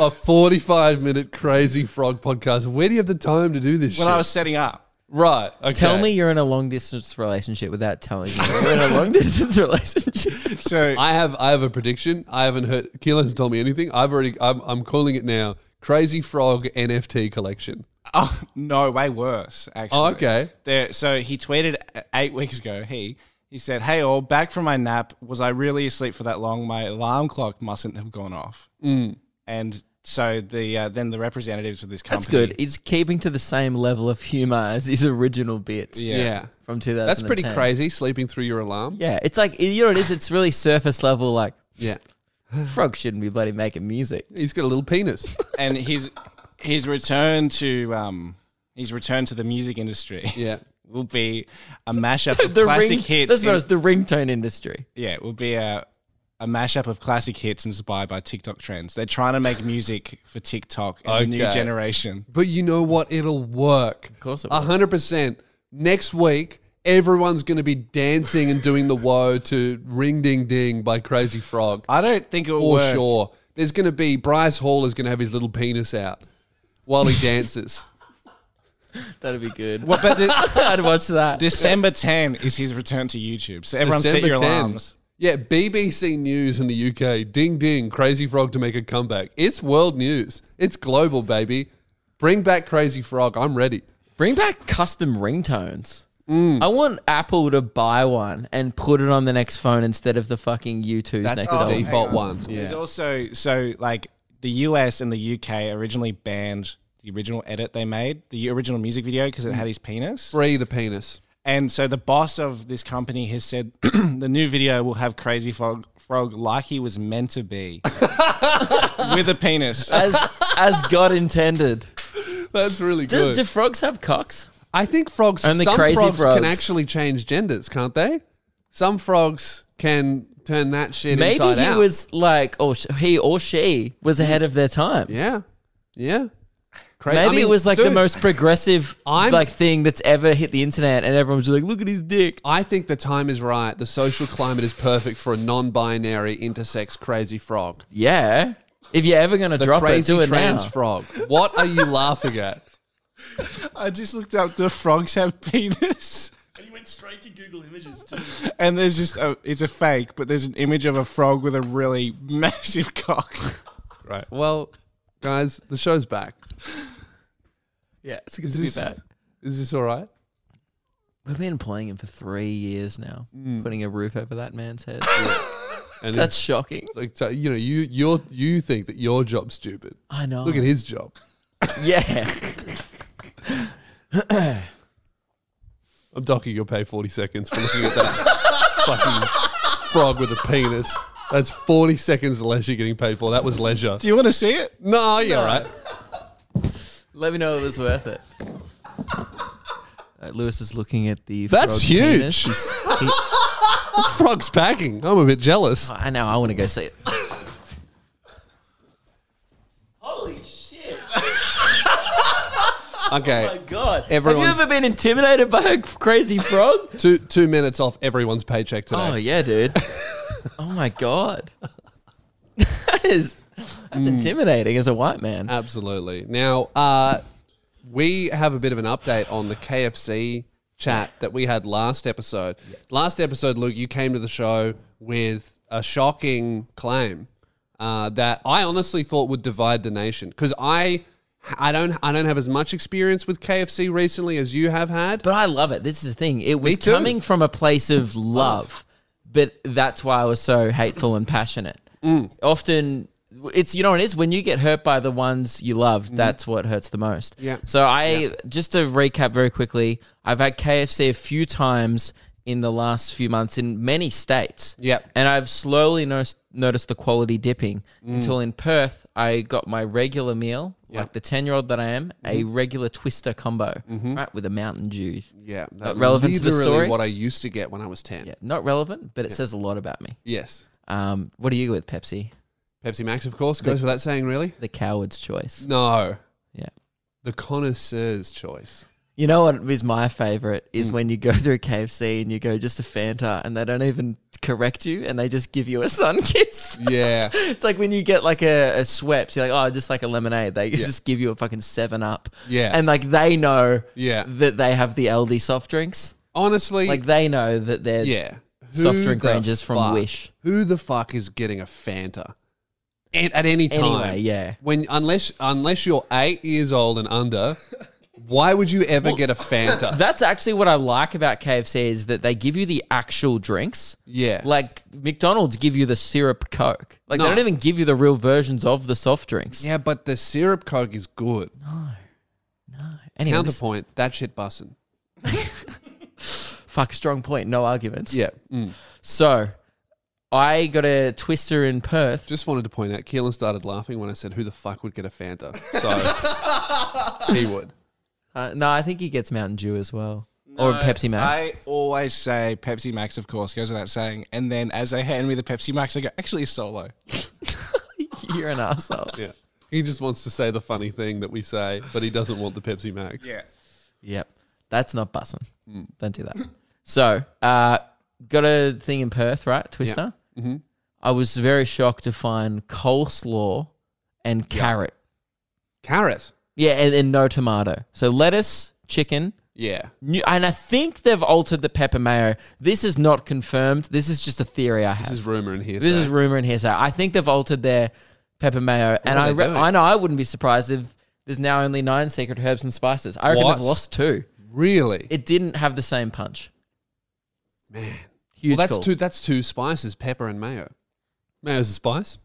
Speaker 1: a 45 minute Crazy Frog podcast. Where do you have the time to do this
Speaker 3: When
Speaker 1: shit?
Speaker 3: I was setting up,
Speaker 1: right. Okay.
Speaker 2: tell me you're in a long distance relationship without telling me you're in a long distance relationship.
Speaker 3: so
Speaker 1: I have I have a prediction. I haven't heard Keelan hasn't told me anything. I've already I'm, I'm calling it now. Crazy Frog NFT collection.
Speaker 3: oh no, way worse actually.
Speaker 1: Oh, okay.
Speaker 3: There, so he tweeted uh, eight weeks ago. He he said, "Hey all, back from my nap. Was I really asleep for that long? My alarm clock mustn't have gone off."
Speaker 1: Mm.
Speaker 3: And so the uh, then the representatives of this company.
Speaker 2: That's good. He's keeping to the same level of humor as his original bits
Speaker 1: Yeah.
Speaker 2: from 2010.
Speaker 1: That's pretty crazy. Sleeping through your alarm.
Speaker 2: Yeah, it's like you know what it is. It's really surface level. Like
Speaker 1: yeah.
Speaker 2: frog shouldn't be bloody making music.
Speaker 1: He's got a little penis.
Speaker 3: and his his return to um his return to the music industry
Speaker 1: Yeah.
Speaker 3: will be a mashup of
Speaker 2: The
Speaker 3: classic
Speaker 2: ring,
Speaker 3: hits.
Speaker 2: That's what
Speaker 3: in-
Speaker 2: it was. The ringtone industry.
Speaker 3: yeah, it will be a a mashup of classic hits inspired by TikTok trends. They're trying to make music for TikTok and the new
Speaker 1: Okay.
Speaker 3: generation.
Speaker 1: But you know what? It'll work. Of
Speaker 2: course it will.
Speaker 1: hundred percent. Next week, everyone's going to be dancing and doing the woe to "Ring Ding Ding" by Crazy Frog
Speaker 3: I don't think it will
Speaker 1: for
Speaker 3: work.
Speaker 1: sure. There's going to be Bryce Hall is going to have his little penis out while he dances.
Speaker 2: That'd be good.
Speaker 3: Well, but the,
Speaker 2: I'd watch that.
Speaker 3: December 10 is his return to YouTube. So everyone set
Speaker 1: December
Speaker 3: your
Speaker 1: 10.
Speaker 3: alarms.
Speaker 1: Yeah, BBC News in the UK. Ding ding, Crazy Frog to make a comeback. It's world news. It's global, baby. Bring back Crazy Frog. I'm ready.
Speaker 2: Bring back custom ringtones. I want Apple to buy one and put it on the next phone instead of the fucking U2's
Speaker 1: That's
Speaker 2: next
Speaker 1: the
Speaker 2: album.
Speaker 1: default
Speaker 3: hang on.
Speaker 1: one.
Speaker 3: There's
Speaker 1: Yeah.
Speaker 3: also so like the US and the UK originally banned the original edit they made, the original music video because it had his penis.
Speaker 1: Free the penis.
Speaker 3: And so the boss of this company has said the new video will have Crazy Frog, Frog like he was meant to be with a penis.
Speaker 2: As, as God intended.
Speaker 1: That's really
Speaker 2: Do,
Speaker 1: good.
Speaker 2: do frogs have cocks?
Speaker 1: I think frogs.
Speaker 2: Only
Speaker 1: some
Speaker 2: crazy
Speaker 1: frogs, can
Speaker 2: frogs.
Speaker 1: actually change genders, can't they? Some frogs can turn that shit
Speaker 2: Maybe
Speaker 1: inside
Speaker 2: he
Speaker 1: out.
Speaker 2: was like, or sh- he or she was ahead of their time.
Speaker 1: yeah, yeah. Crazy.
Speaker 2: Maybe it was like the most progressive
Speaker 1: I'm-
Speaker 2: like thing that's ever hit the internet, and everyone was just like, "Look at his dick."
Speaker 1: I think the time is right. The social climate is perfect for a non-binary intersex crazy frog.
Speaker 2: Yeah, if you're ever gonna drop it,
Speaker 1: crazy
Speaker 2: do it now.
Speaker 1: trans frog. What are you laughing at?
Speaker 3: I just looked up the frogs have penis.
Speaker 5: And you went straight to Google Images too.
Speaker 3: And there's just a, it's a fake, but there's an image of a frog with a really massive cock.
Speaker 1: Right. Well, guys, the show's back.
Speaker 2: yeah, it's good to be back.
Speaker 1: Is this all right?
Speaker 2: We've been playing him for three years now, putting a roof over that man's head.
Speaker 1: And
Speaker 2: That's shocking.
Speaker 1: it's like so, you know, you you you think that your job's stupid.
Speaker 2: I know.
Speaker 1: Look at his job.
Speaker 2: Yeah.
Speaker 1: I'm docking your pay 40 seconds for looking at that fucking frog with a penis. That's 40 seconds of leisure getting paid for. That was leisure.
Speaker 3: Do you want to see it?
Speaker 1: No, you're right.
Speaker 2: Let me know if it was worth it. Uh, Lewis is looking at the.
Speaker 1: That's
Speaker 2: frog
Speaker 1: huge.
Speaker 2: penis. He's- he-
Speaker 1: Frog's packing. I'm a bit jealous.
Speaker 2: I know. I want to go see it. Holy shit!
Speaker 1: Okay.
Speaker 2: Oh My God. Have
Speaker 1: Everyone's-
Speaker 2: you ever been intimidated by a crazy frog?
Speaker 1: two two minutes off everyone's paycheck today.
Speaker 2: Oh yeah, dude. oh my god. Mm. that is that's intimidating as a white man.
Speaker 1: Absolutely. Now, uh, we have a bit of an update on the KFC chat that we had last episode. Last episode, Luke, you came to the show with a shocking claim uh, that I honestly thought would divide the nation because I. I don't. I don't have as much experience with KFC recently as you have had.
Speaker 2: but I love it. This is the thing. It was
Speaker 1: too.
Speaker 2: coming from a place of love, but that's why I was so hateful and passionate.
Speaker 1: Mm.
Speaker 2: Often, it's you know what it is when you get hurt by the ones you love. That's what hurts the most.
Speaker 1: Mm-hmm. Yeah.
Speaker 2: So I just to recap very quickly. I've had KFC a few times in the last few months in many states.
Speaker 1: Yep.
Speaker 2: And I've slowly noticed, noticed the quality dipping
Speaker 1: Mm.
Speaker 2: until in Perth, I got my regular meal, like the 10 year old that I am, a regular twister combo, right, with a Mountain Dew.
Speaker 1: Mm-hmm. Yeah, that
Speaker 2: Not relevant to the
Speaker 1: literally
Speaker 2: story?
Speaker 1: What I used to get when I was ten.
Speaker 2: Yeah, not relevant, but it says a lot about me.
Speaker 1: Yes,
Speaker 2: Um, what do you with Pepsi?
Speaker 1: Pepsi Max, of course, goes without saying. Really?
Speaker 2: The coward's choice.
Speaker 1: No,
Speaker 2: Yeah.
Speaker 1: the connoisseur's choice.
Speaker 2: You know what is my favorite
Speaker 1: Mm.
Speaker 2: is when you go through KFC and you go just a Fanta and they don't even correct you and they just give you a sun kiss.
Speaker 1: Yeah.
Speaker 2: It's like when you get like a, a Schweppes, you're like, oh, just like a lemonade. They just give you a fucking seven up.
Speaker 1: Yeah.
Speaker 2: And like they know
Speaker 1: Yeah.
Speaker 2: that they have the LD soft drinks.
Speaker 1: Honestly,
Speaker 2: Like they know that they're
Speaker 1: yeah.
Speaker 2: soft
Speaker 1: Who
Speaker 2: drink
Speaker 1: the
Speaker 2: ranges from
Speaker 1: fuck-
Speaker 2: Wish.
Speaker 1: Who the fuck is getting a Fanta? At, at any time.
Speaker 2: Anyway, yeah.
Speaker 1: When unless unless you're 8 years old and under, why would you ever get a Fanta?
Speaker 2: That's actually what I like about KFC is that they give you the actual drinks.
Speaker 1: yeah.
Speaker 2: Like McDonald's give you the syrup Coke. Like
Speaker 1: No.
Speaker 2: they don't even give you the real versions of the soft drinks.
Speaker 1: yeah, but the syrup coke is good.
Speaker 2: Anyway, this-
Speaker 1: Counterpoint, that shit bussin'.
Speaker 2: fuck strong point, no arguments.
Speaker 1: Yeah. Mm.
Speaker 2: So I got a twister in Perth.
Speaker 1: Just wanted to point out Keelan started laughing when I said who the fuck would get a Fanta. So he would.
Speaker 2: Uh, no, I think he gets Mountain Dew as well. or Pepsi Max.
Speaker 3: I always say Pepsi Max, of course, goes without saying. And then as they hand me the Pepsi Max, I go, actually, solo.
Speaker 2: You're an asshole.
Speaker 1: Yeah. He just wants to say the funny thing that we say, but he doesn't want the Pepsi Max.
Speaker 3: Yeah.
Speaker 2: Yep. That's not bussing. Don't do that. So, uh, got a thing in Perth, right? Twister.
Speaker 1: Mm-hmm.
Speaker 2: I was very shocked to find coleslaw and carrot.
Speaker 1: Carrot.
Speaker 2: Yeah, and, and no tomato. So lettuce, chicken.
Speaker 1: Yeah.
Speaker 2: New, and I think they've altered the pepper mayo. This is not confirmed. This is just a theory I have.
Speaker 1: This is rumor in here.
Speaker 2: This is rumor and hearsay. I think they've altered their pepper mayo, and
Speaker 1: are
Speaker 2: I
Speaker 1: they
Speaker 2: re-
Speaker 1: doing?
Speaker 2: I know I wouldn't be surprised if there's now only nine secret herbs and spices. I reckon
Speaker 1: What?
Speaker 2: they've lost two.
Speaker 1: really
Speaker 2: It didn't have the same punch.
Speaker 1: man. well,
Speaker 2: Huge
Speaker 1: that's
Speaker 2: call.
Speaker 1: two. That's two spices: pepper and mayo. Mayo's a spice.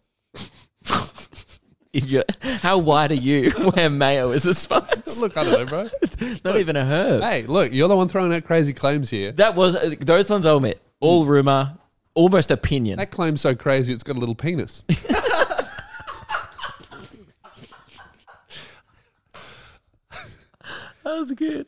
Speaker 2: If you- how wide are you where mayo is a spice?
Speaker 1: Look, I don't know, bro.
Speaker 2: Not even a herb.
Speaker 1: hey, look, you're the one throwing out crazy claims here.
Speaker 2: That was those ones I'll admit.
Speaker 1: Mm.
Speaker 2: All rumor, almost opinion.
Speaker 1: That claim's so crazy, it's got a little penis.
Speaker 2: That was good.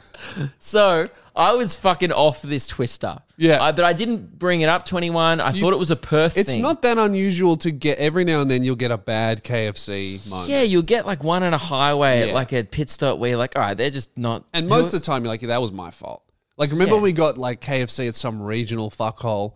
Speaker 2: so I was fucking off this twister.
Speaker 1: Yeah.
Speaker 2: I, but I didn't bring it up to anyone. I thought it was a Perth
Speaker 1: It's
Speaker 2: thing.
Speaker 1: not that unusual to get every now and then you'll get a bad KFC moment.
Speaker 2: Yeah, you'll get like one on a highway
Speaker 1: Yeah.
Speaker 2: at like a pit stop where you're like, all right, they're just not.
Speaker 1: And most of the time, you're like, yeah, that was my fault. Like, remember
Speaker 2: Yeah.
Speaker 1: we got like KFC at some regional fuckhole?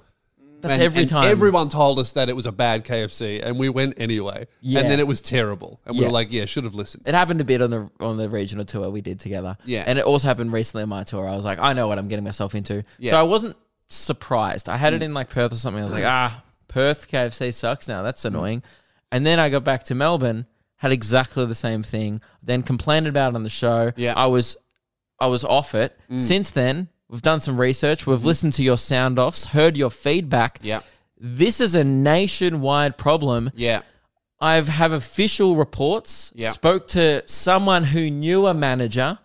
Speaker 2: that's
Speaker 1: and-
Speaker 2: every
Speaker 1: and
Speaker 2: time.
Speaker 1: Everyone told us that it was a bad KFC, and we went anyway.
Speaker 2: Yeah.
Speaker 1: And then it was terrible. And we
Speaker 2: Yeah.
Speaker 1: were like, yeah, should have listened.
Speaker 2: It happened a bit on the on the regional tour we did together.
Speaker 1: Yeah.
Speaker 2: and it also happened recently on my tour. I was like, I know what I'm getting myself into.
Speaker 1: Yeah. Mm.
Speaker 2: So I wasn't surprised. I had it in like Perth or something. I was like, ah, Perth KFC sucks now.
Speaker 1: Mm.
Speaker 2: That's annoying. And then I got back to Melbourne, had exactly the same thing. Then complained about it on the show.
Speaker 1: Yeah. Mm.
Speaker 2: I was I was off it. Since then, we've done some research. We've listened to your sound offs, heard your feedback.
Speaker 1: Yeah.
Speaker 2: This is a nationwide problem.
Speaker 1: Yeah.
Speaker 2: I've have official reports.
Speaker 1: Yeah.
Speaker 2: Spoke to someone who knew a manager.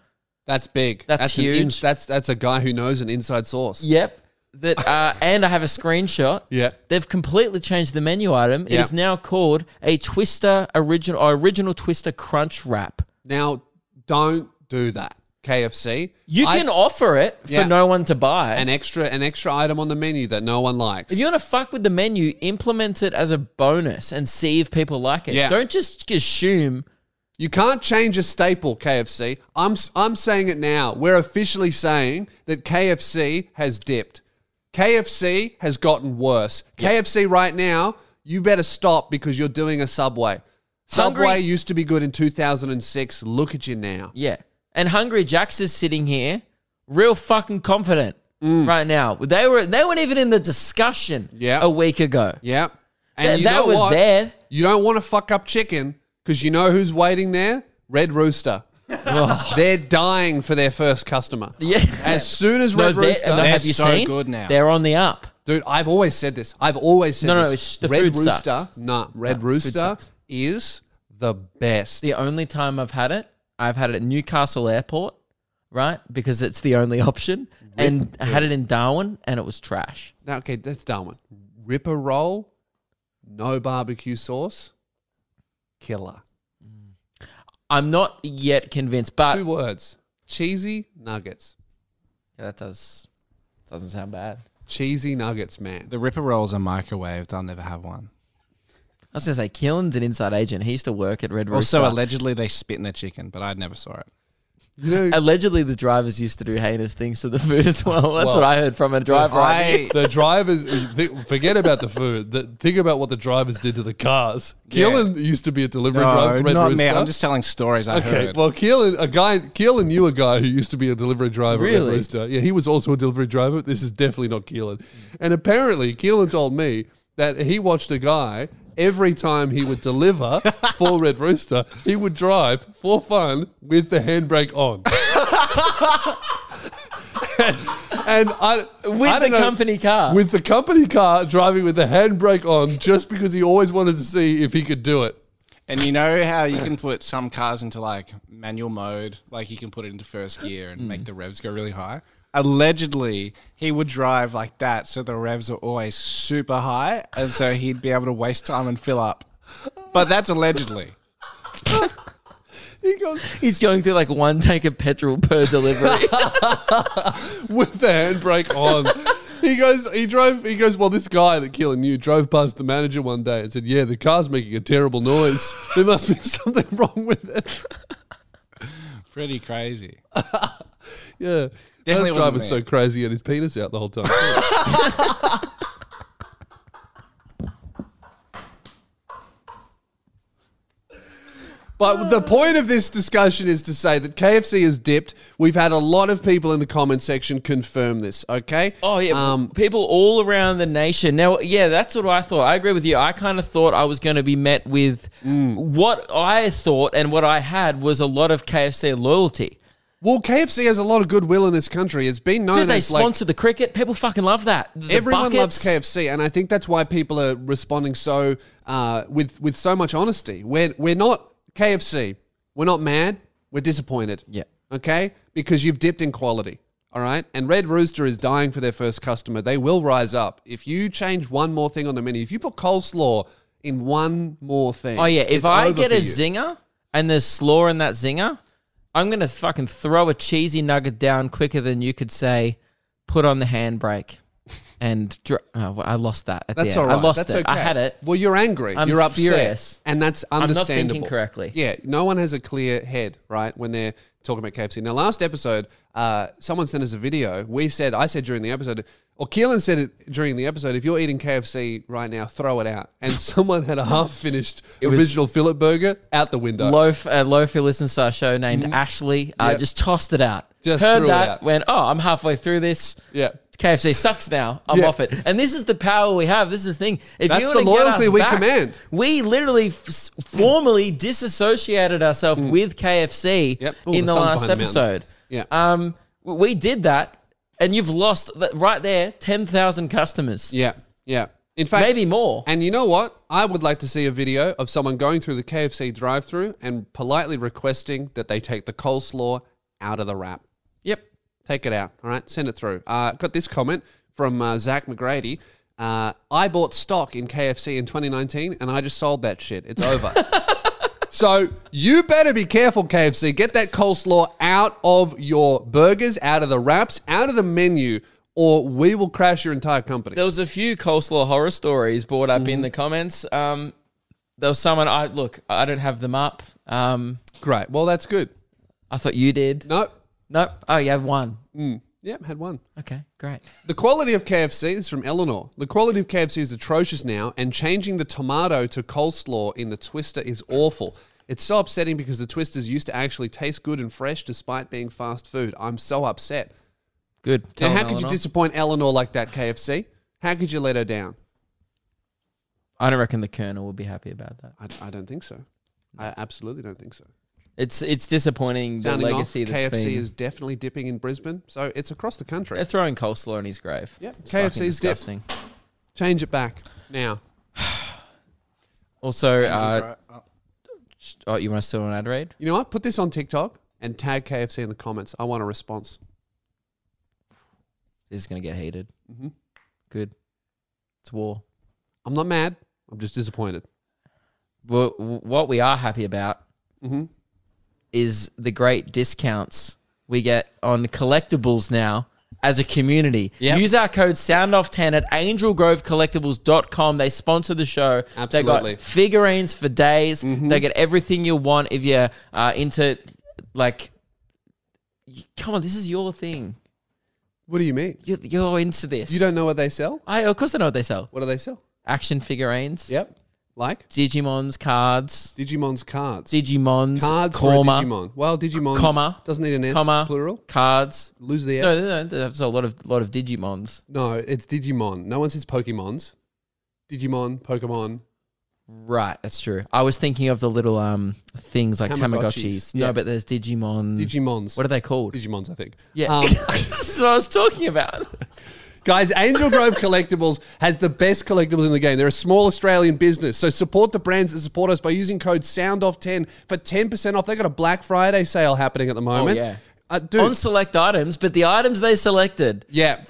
Speaker 1: That's big.
Speaker 2: That's
Speaker 1: an
Speaker 2: huge.
Speaker 1: ins- that's that's a guy who knows an inside source.
Speaker 2: Yep. that, uh, and I have a screenshot.
Speaker 1: Yeah.
Speaker 2: They've completely changed the menu item. It
Speaker 1: Yeah.
Speaker 2: is now called a Twister original, or original Twister Crunch Wrap.
Speaker 1: Now, don't do that, KFC.
Speaker 2: You
Speaker 1: I-
Speaker 2: can offer it for
Speaker 1: Yeah.
Speaker 2: no one to buy.
Speaker 1: an extra an extra item on the menu that no one likes.
Speaker 2: if you want to fuck with the menu, implement it as a bonus and see if people like it.
Speaker 1: Yeah.
Speaker 2: Don't just assume.
Speaker 1: You can't change a staple, KFC. I'm s- I'm saying it now. We're officially saying that KFC has dipped. KFC has gotten worse. KFC right now, you better stop because you're doing a Subway.
Speaker 2: Hungry-
Speaker 1: Subway used to be good in 2006. Look at you now.
Speaker 2: Yeah. And Hungry Jacks is sitting here, real fucking confident right now. They were they weren't even in the discussion
Speaker 1: Yeah.
Speaker 2: a week ago.
Speaker 1: Yeah. And
Speaker 2: Th-
Speaker 1: you
Speaker 2: they
Speaker 1: know
Speaker 2: were
Speaker 1: what?
Speaker 2: there.
Speaker 1: You don't want to fuck up chicken because you know who's waiting there? Red Rooster. They're dying for their first customer.
Speaker 2: Yeah.
Speaker 1: As soon as
Speaker 2: No,
Speaker 1: Red
Speaker 2: they-
Speaker 1: Rooster,
Speaker 2: no,
Speaker 3: They're
Speaker 2: have you
Speaker 3: so
Speaker 2: seen?
Speaker 3: good now.
Speaker 2: They're on the up.
Speaker 1: dude, I've always said this. I've always said
Speaker 2: No, no,
Speaker 1: this.
Speaker 2: it's the
Speaker 1: Red
Speaker 2: food
Speaker 1: Rooster,
Speaker 2: sucks.
Speaker 1: nah, Red
Speaker 2: the food
Speaker 1: Rooster
Speaker 2: sucks.
Speaker 1: is the best.
Speaker 2: The only time I've had it, I've had it at Newcastle Airport, right? Because it's the only option. And I had it in Darwin and it was trash.
Speaker 1: Now, okay, that's Darwin. Ripper roll, no barbecue sauce, killer.
Speaker 2: I'm not yet convinced, but
Speaker 1: Two words: cheesy nuggets.
Speaker 2: Yeah, that does doesn't sound bad.
Speaker 1: Cheesy nuggets, man.
Speaker 3: The Ripper Rolls are microwaved. I'll never have one.
Speaker 2: I was gonna say Keelan's an inside agent. He used to work at Red Rooster.
Speaker 3: Also, allegedly they spit in their chicken, but I never saw it.
Speaker 1: You know,
Speaker 2: Allegedly, the drivers used to do heinous things to the food as well. That's what I heard from a driver.
Speaker 3: I
Speaker 1: the drivers th- forget about the food. The, think about what the drivers did to the cars.
Speaker 3: Yeah.
Speaker 1: Keelan used to be a delivery driver.
Speaker 3: no,
Speaker 1: at Red
Speaker 3: not me.
Speaker 1: Rooster.
Speaker 3: I'm just telling stories I
Speaker 1: Okay,
Speaker 3: heard.
Speaker 1: well, Keelan, a guy, Keelan knew a guy who used to be a delivery driver at
Speaker 2: Really?
Speaker 1: Red Rooster. Yeah, he was also a delivery driver. This is definitely not Keelan. And apparently, Keelan told me that he watched a guy every time he would deliver for Red Rooster, he would drive for fun with the handbrake on. and, and I, I
Speaker 2: with the
Speaker 1: don't know-
Speaker 2: company car.
Speaker 1: with the company car driving with the handbrake on, just because he always wanted to see if he could do it.
Speaker 3: And you know how you can put some cars into like manual mode, like you can put it into first gear and make the revs go really high. Allegedly, he would drive like that, so the revs are always super high, and so he'd be able to waste time and fill up. But that's allegedly.
Speaker 1: He goes,
Speaker 2: He's going through like one tank of petrol per delivery.
Speaker 1: with the handbrake on. he goes, he drove, he goes, well, this guy that Keelan knew drove past the manager one day and said, yeah, the car's making a terrible noise. There must be something wrong with it.
Speaker 3: Pretty crazy.
Speaker 1: Yeah.
Speaker 3: Definitely
Speaker 1: that
Speaker 3: wasn't
Speaker 1: driver's
Speaker 3: me.
Speaker 1: so crazy he had his penis out the whole time. But the point of this discussion is to say that KFC has dipped. We've had a lot of people in the comment section confirm this, okay? Um,
Speaker 2: oh yeah, people all around the nation. Now, yeah, that's what I thought. I agree with you. I kind of thought I was going to be met with what I thought and what I had was a lot of KFC loyalty.
Speaker 1: Well, KFC has a lot of goodwill in this country. It's been known
Speaker 2: Dude, they
Speaker 1: as like
Speaker 2: sponsor the cricket. People fucking love that. The
Speaker 1: everyone loves
Speaker 2: buckets.
Speaker 1: KFC, and I think that's why people are responding so uh, with with so much honesty. We're we're not KFC. We're not mad. We're disappointed.
Speaker 2: Yeah.
Speaker 1: Okay, because you've dipped in quality. All right, and Red Rooster is dying for their first customer. They will rise up if you change one more thing on the menu. If you put coleslaw in one more thing.
Speaker 2: Oh yeah, if
Speaker 1: it's
Speaker 2: I
Speaker 1: over
Speaker 2: get
Speaker 1: for
Speaker 2: a
Speaker 1: you.
Speaker 2: zinger and there's slaw in that zinger, I'm gonna fucking throw a cheesy nugget down quicker than you could say. Put on the handbrake, and dr- oh, well, I lost that. At
Speaker 1: That's
Speaker 2: the
Speaker 1: all
Speaker 2: end.
Speaker 1: right.
Speaker 2: I lost
Speaker 1: That's Okay.
Speaker 2: it. I had it.
Speaker 1: Well, you're angry.
Speaker 2: I'm
Speaker 1: you're upset,
Speaker 2: furious.
Speaker 1: and that's
Speaker 2: not
Speaker 1: understandable.
Speaker 2: thinking correctly.
Speaker 1: Yeah, no one has a clear head, right? When they're talking about KFC. Now, last episode, uh, someone sent us a video. We said, I said during the episode, or Keelan said it during the episode. If you're eating KFC right now, throw it out. And someone had a half-finished
Speaker 2: was-
Speaker 1: original fillet burger out the window.
Speaker 2: Loaf, uh, Loaf, who listens to our show, named Ashley, uh,
Speaker 1: Yep.
Speaker 2: just tossed it out.
Speaker 1: Mm-hmm. Just
Speaker 2: heard
Speaker 1: threw it
Speaker 2: that.
Speaker 1: out.
Speaker 2: Went, oh, I'm halfway through this.
Speaker 1: yeah.
Speaker 2: KFC sucks now. I'm
Speaker 1: Yeah.
Speaker 2: off it. And this is the power we have. This is the thing. If
Speaker 1: That's
Speaker 2: you
Speaker 1: the
Speaker 2: wanna get
Speaker 1: loyalty
Speaker 2: us
Speaker 1: we
Speaker 2: back,
Speaker 1: command.
Speaker 2: We literally f- s- formally disassociated ourselves with KFC
Speaker 1: Mm. Yep. Ooh,
Speaker 2: in
Speaker 1: the
Speaker 2: the,
Speaker 1: sun's
Speaker 2: last
Speaker 1: behind the
Speaker 2: episode.
Speaker 1: Yeah.
Speaker 2: Um, w- we did that, and you've lost th- right there ten thousand customers,
Speaker 1: Yeah. Yeah. In fact,
Speaker 2: maybe more.
Speaker 1: And you know what? I would like to see a video of someone going through the KFC drive through and politely requesting that they take the coleslaw out of the wrap.
Speaker 2: yep.
Speaker 1: Take it out. All right. Send it through. Uh, got this comment. from uh, Zach McGrady. Uh, I bought stock in KFC in 2019 and I just sold that shit. It's over. so you better be careful, KFC. Get that coleslaw out of your burgers, out of the wraps, out of the menu, or we will crash your entire company.
Speaker 2: There was a few coleslaw horror stories brought up in the comments. Um, there was someone I look, I don't have them up. Um,
Speaker 1: Great. Well, that's good.
Speaker 2: I thought you did.
Speaker 1: Nope.
Speaker 2: Nope. Oh, you have one.
Speaker 1: Yep, had one.
Speaker 2: Okay, great.
Speaker 1: The quality of KFC is from Eleanor. The quality of KFC is atrocious now, and changing the tomato to coleslaw in the Twister is awful. It's so upsetting because the Twisters used to actually taste good and fresh despite being fast food. I'm so upset.
Speaker 2: Good.
Speaker 1: Now,
Speaker 2: Tell
Speaker 1: how could you
Speaker 2: Eleanor.
Speaker 1: disappoint Eleanor like that, KFC? How could you let her down?
Speaker 2: I don't reckon the Colonel will be happy about that.
Speaker 1: I, I don't think so. I absolutely don't think so.
Speaker 2: It's it's disappointing
Speaker 1: Sounding
Speaker 2: the
Speaker 1: off,
Speaker 2: legacy
Speaker 1: KFC
Speaker 2: that's been.
Speaker 1: is definitely dipping in Brisbane, so it's across the country.
Speaker 2: they're throwing coleslaw in his grave.
Speaker 1: Yep.
Speaker 2: It's fucking
Speaker 1: KFC's dip.
Speaker 2: disgusting.
Speaker 1: Change it back now.
Speaker 2: Also, uh, oh, you want to still on ad read?
Speaker 1: You know what? Put this on TikTok and tag KFC in the comments. I want a response.
Speaker 2: This is going to get heated.
Speaker 1: Mm-hmm.
Speaker 2: Good. It's war.
Speaker 1: I'm not mad. I'm just disappointed.
Speaker 2: Well, what we are happy about
Speaker 1: Mm-hmm.
Speaker 2: is the great discounts we get on collectibles now as a community.
Speaker 1: Yep.
Speaker 2: Use our code SOUNDOFF10 at angelgrovecollectibles.com. They sponsor the show. They
Speaker 1: Absolutely. Mm-hmm.
Speaker 2: got figurines for days. They get everything you want if you're uh, into, like, y- come on, this is your thing.
Speaker 1: What do you mean?
Speaker 2: You're, you're into this.
Speaker 1: You don't know what they sell?
Speaker 2: I, of course I know what they sell.
Speaker 1: What do they sell?
Speaker 2: Action figurines.
Speaker 1: Yep. Like
Speaker 2: Digimon's cards.
Speaker 1: Digimon's cards.
Speaker 2: Digimon's
Speaker 1: cards for
Speaker 2: Korma,
Speaker 1: a Digimon. Well, Digimon
Speaker 2: Comma.
Speaker 1: doesn't need an S
Speaker 2: comma,
Speaker 1: plural.
Speaker 2: cards.
Speaker 1: Lose the S.
Speaker 2: No,
Speaker 1: No,
Speaker 2: no, no, there's a lot of lot of Digimons.
Speaker 1: it's Digimon. No one says Pokemons. Digimon, Pokemon.
Speaker 2: Hmm. Right, that's true. I was thinking of the little um things like Tamagotchis.
Speaker 1: Tamagotchis,
Speaker 2: No,
Speaker 1: yeah.
Speaker 2: but there's Digimon.
Speaker 1: Digimons.
Speaker 2: what are they called?
Speaker 1: Digimons, I think.
Speaker 2: yeah,
Speaker 1: Um,
Speaker 2: this is what I was talking about.
Speaker 1: Guys, Angel Grove Collectibles has the best collectibles in the game. They're a small Australian business, so support the brands that support us by using code SOUNDOFF10 for 10% off. They've got a Black Friday sale happening at the moment.
Speaker 2: Oh, yeah.
Speaker 1: Uh, dude,
Speaker 2: On select items, but the items they selected,
Speaker 1: yeah,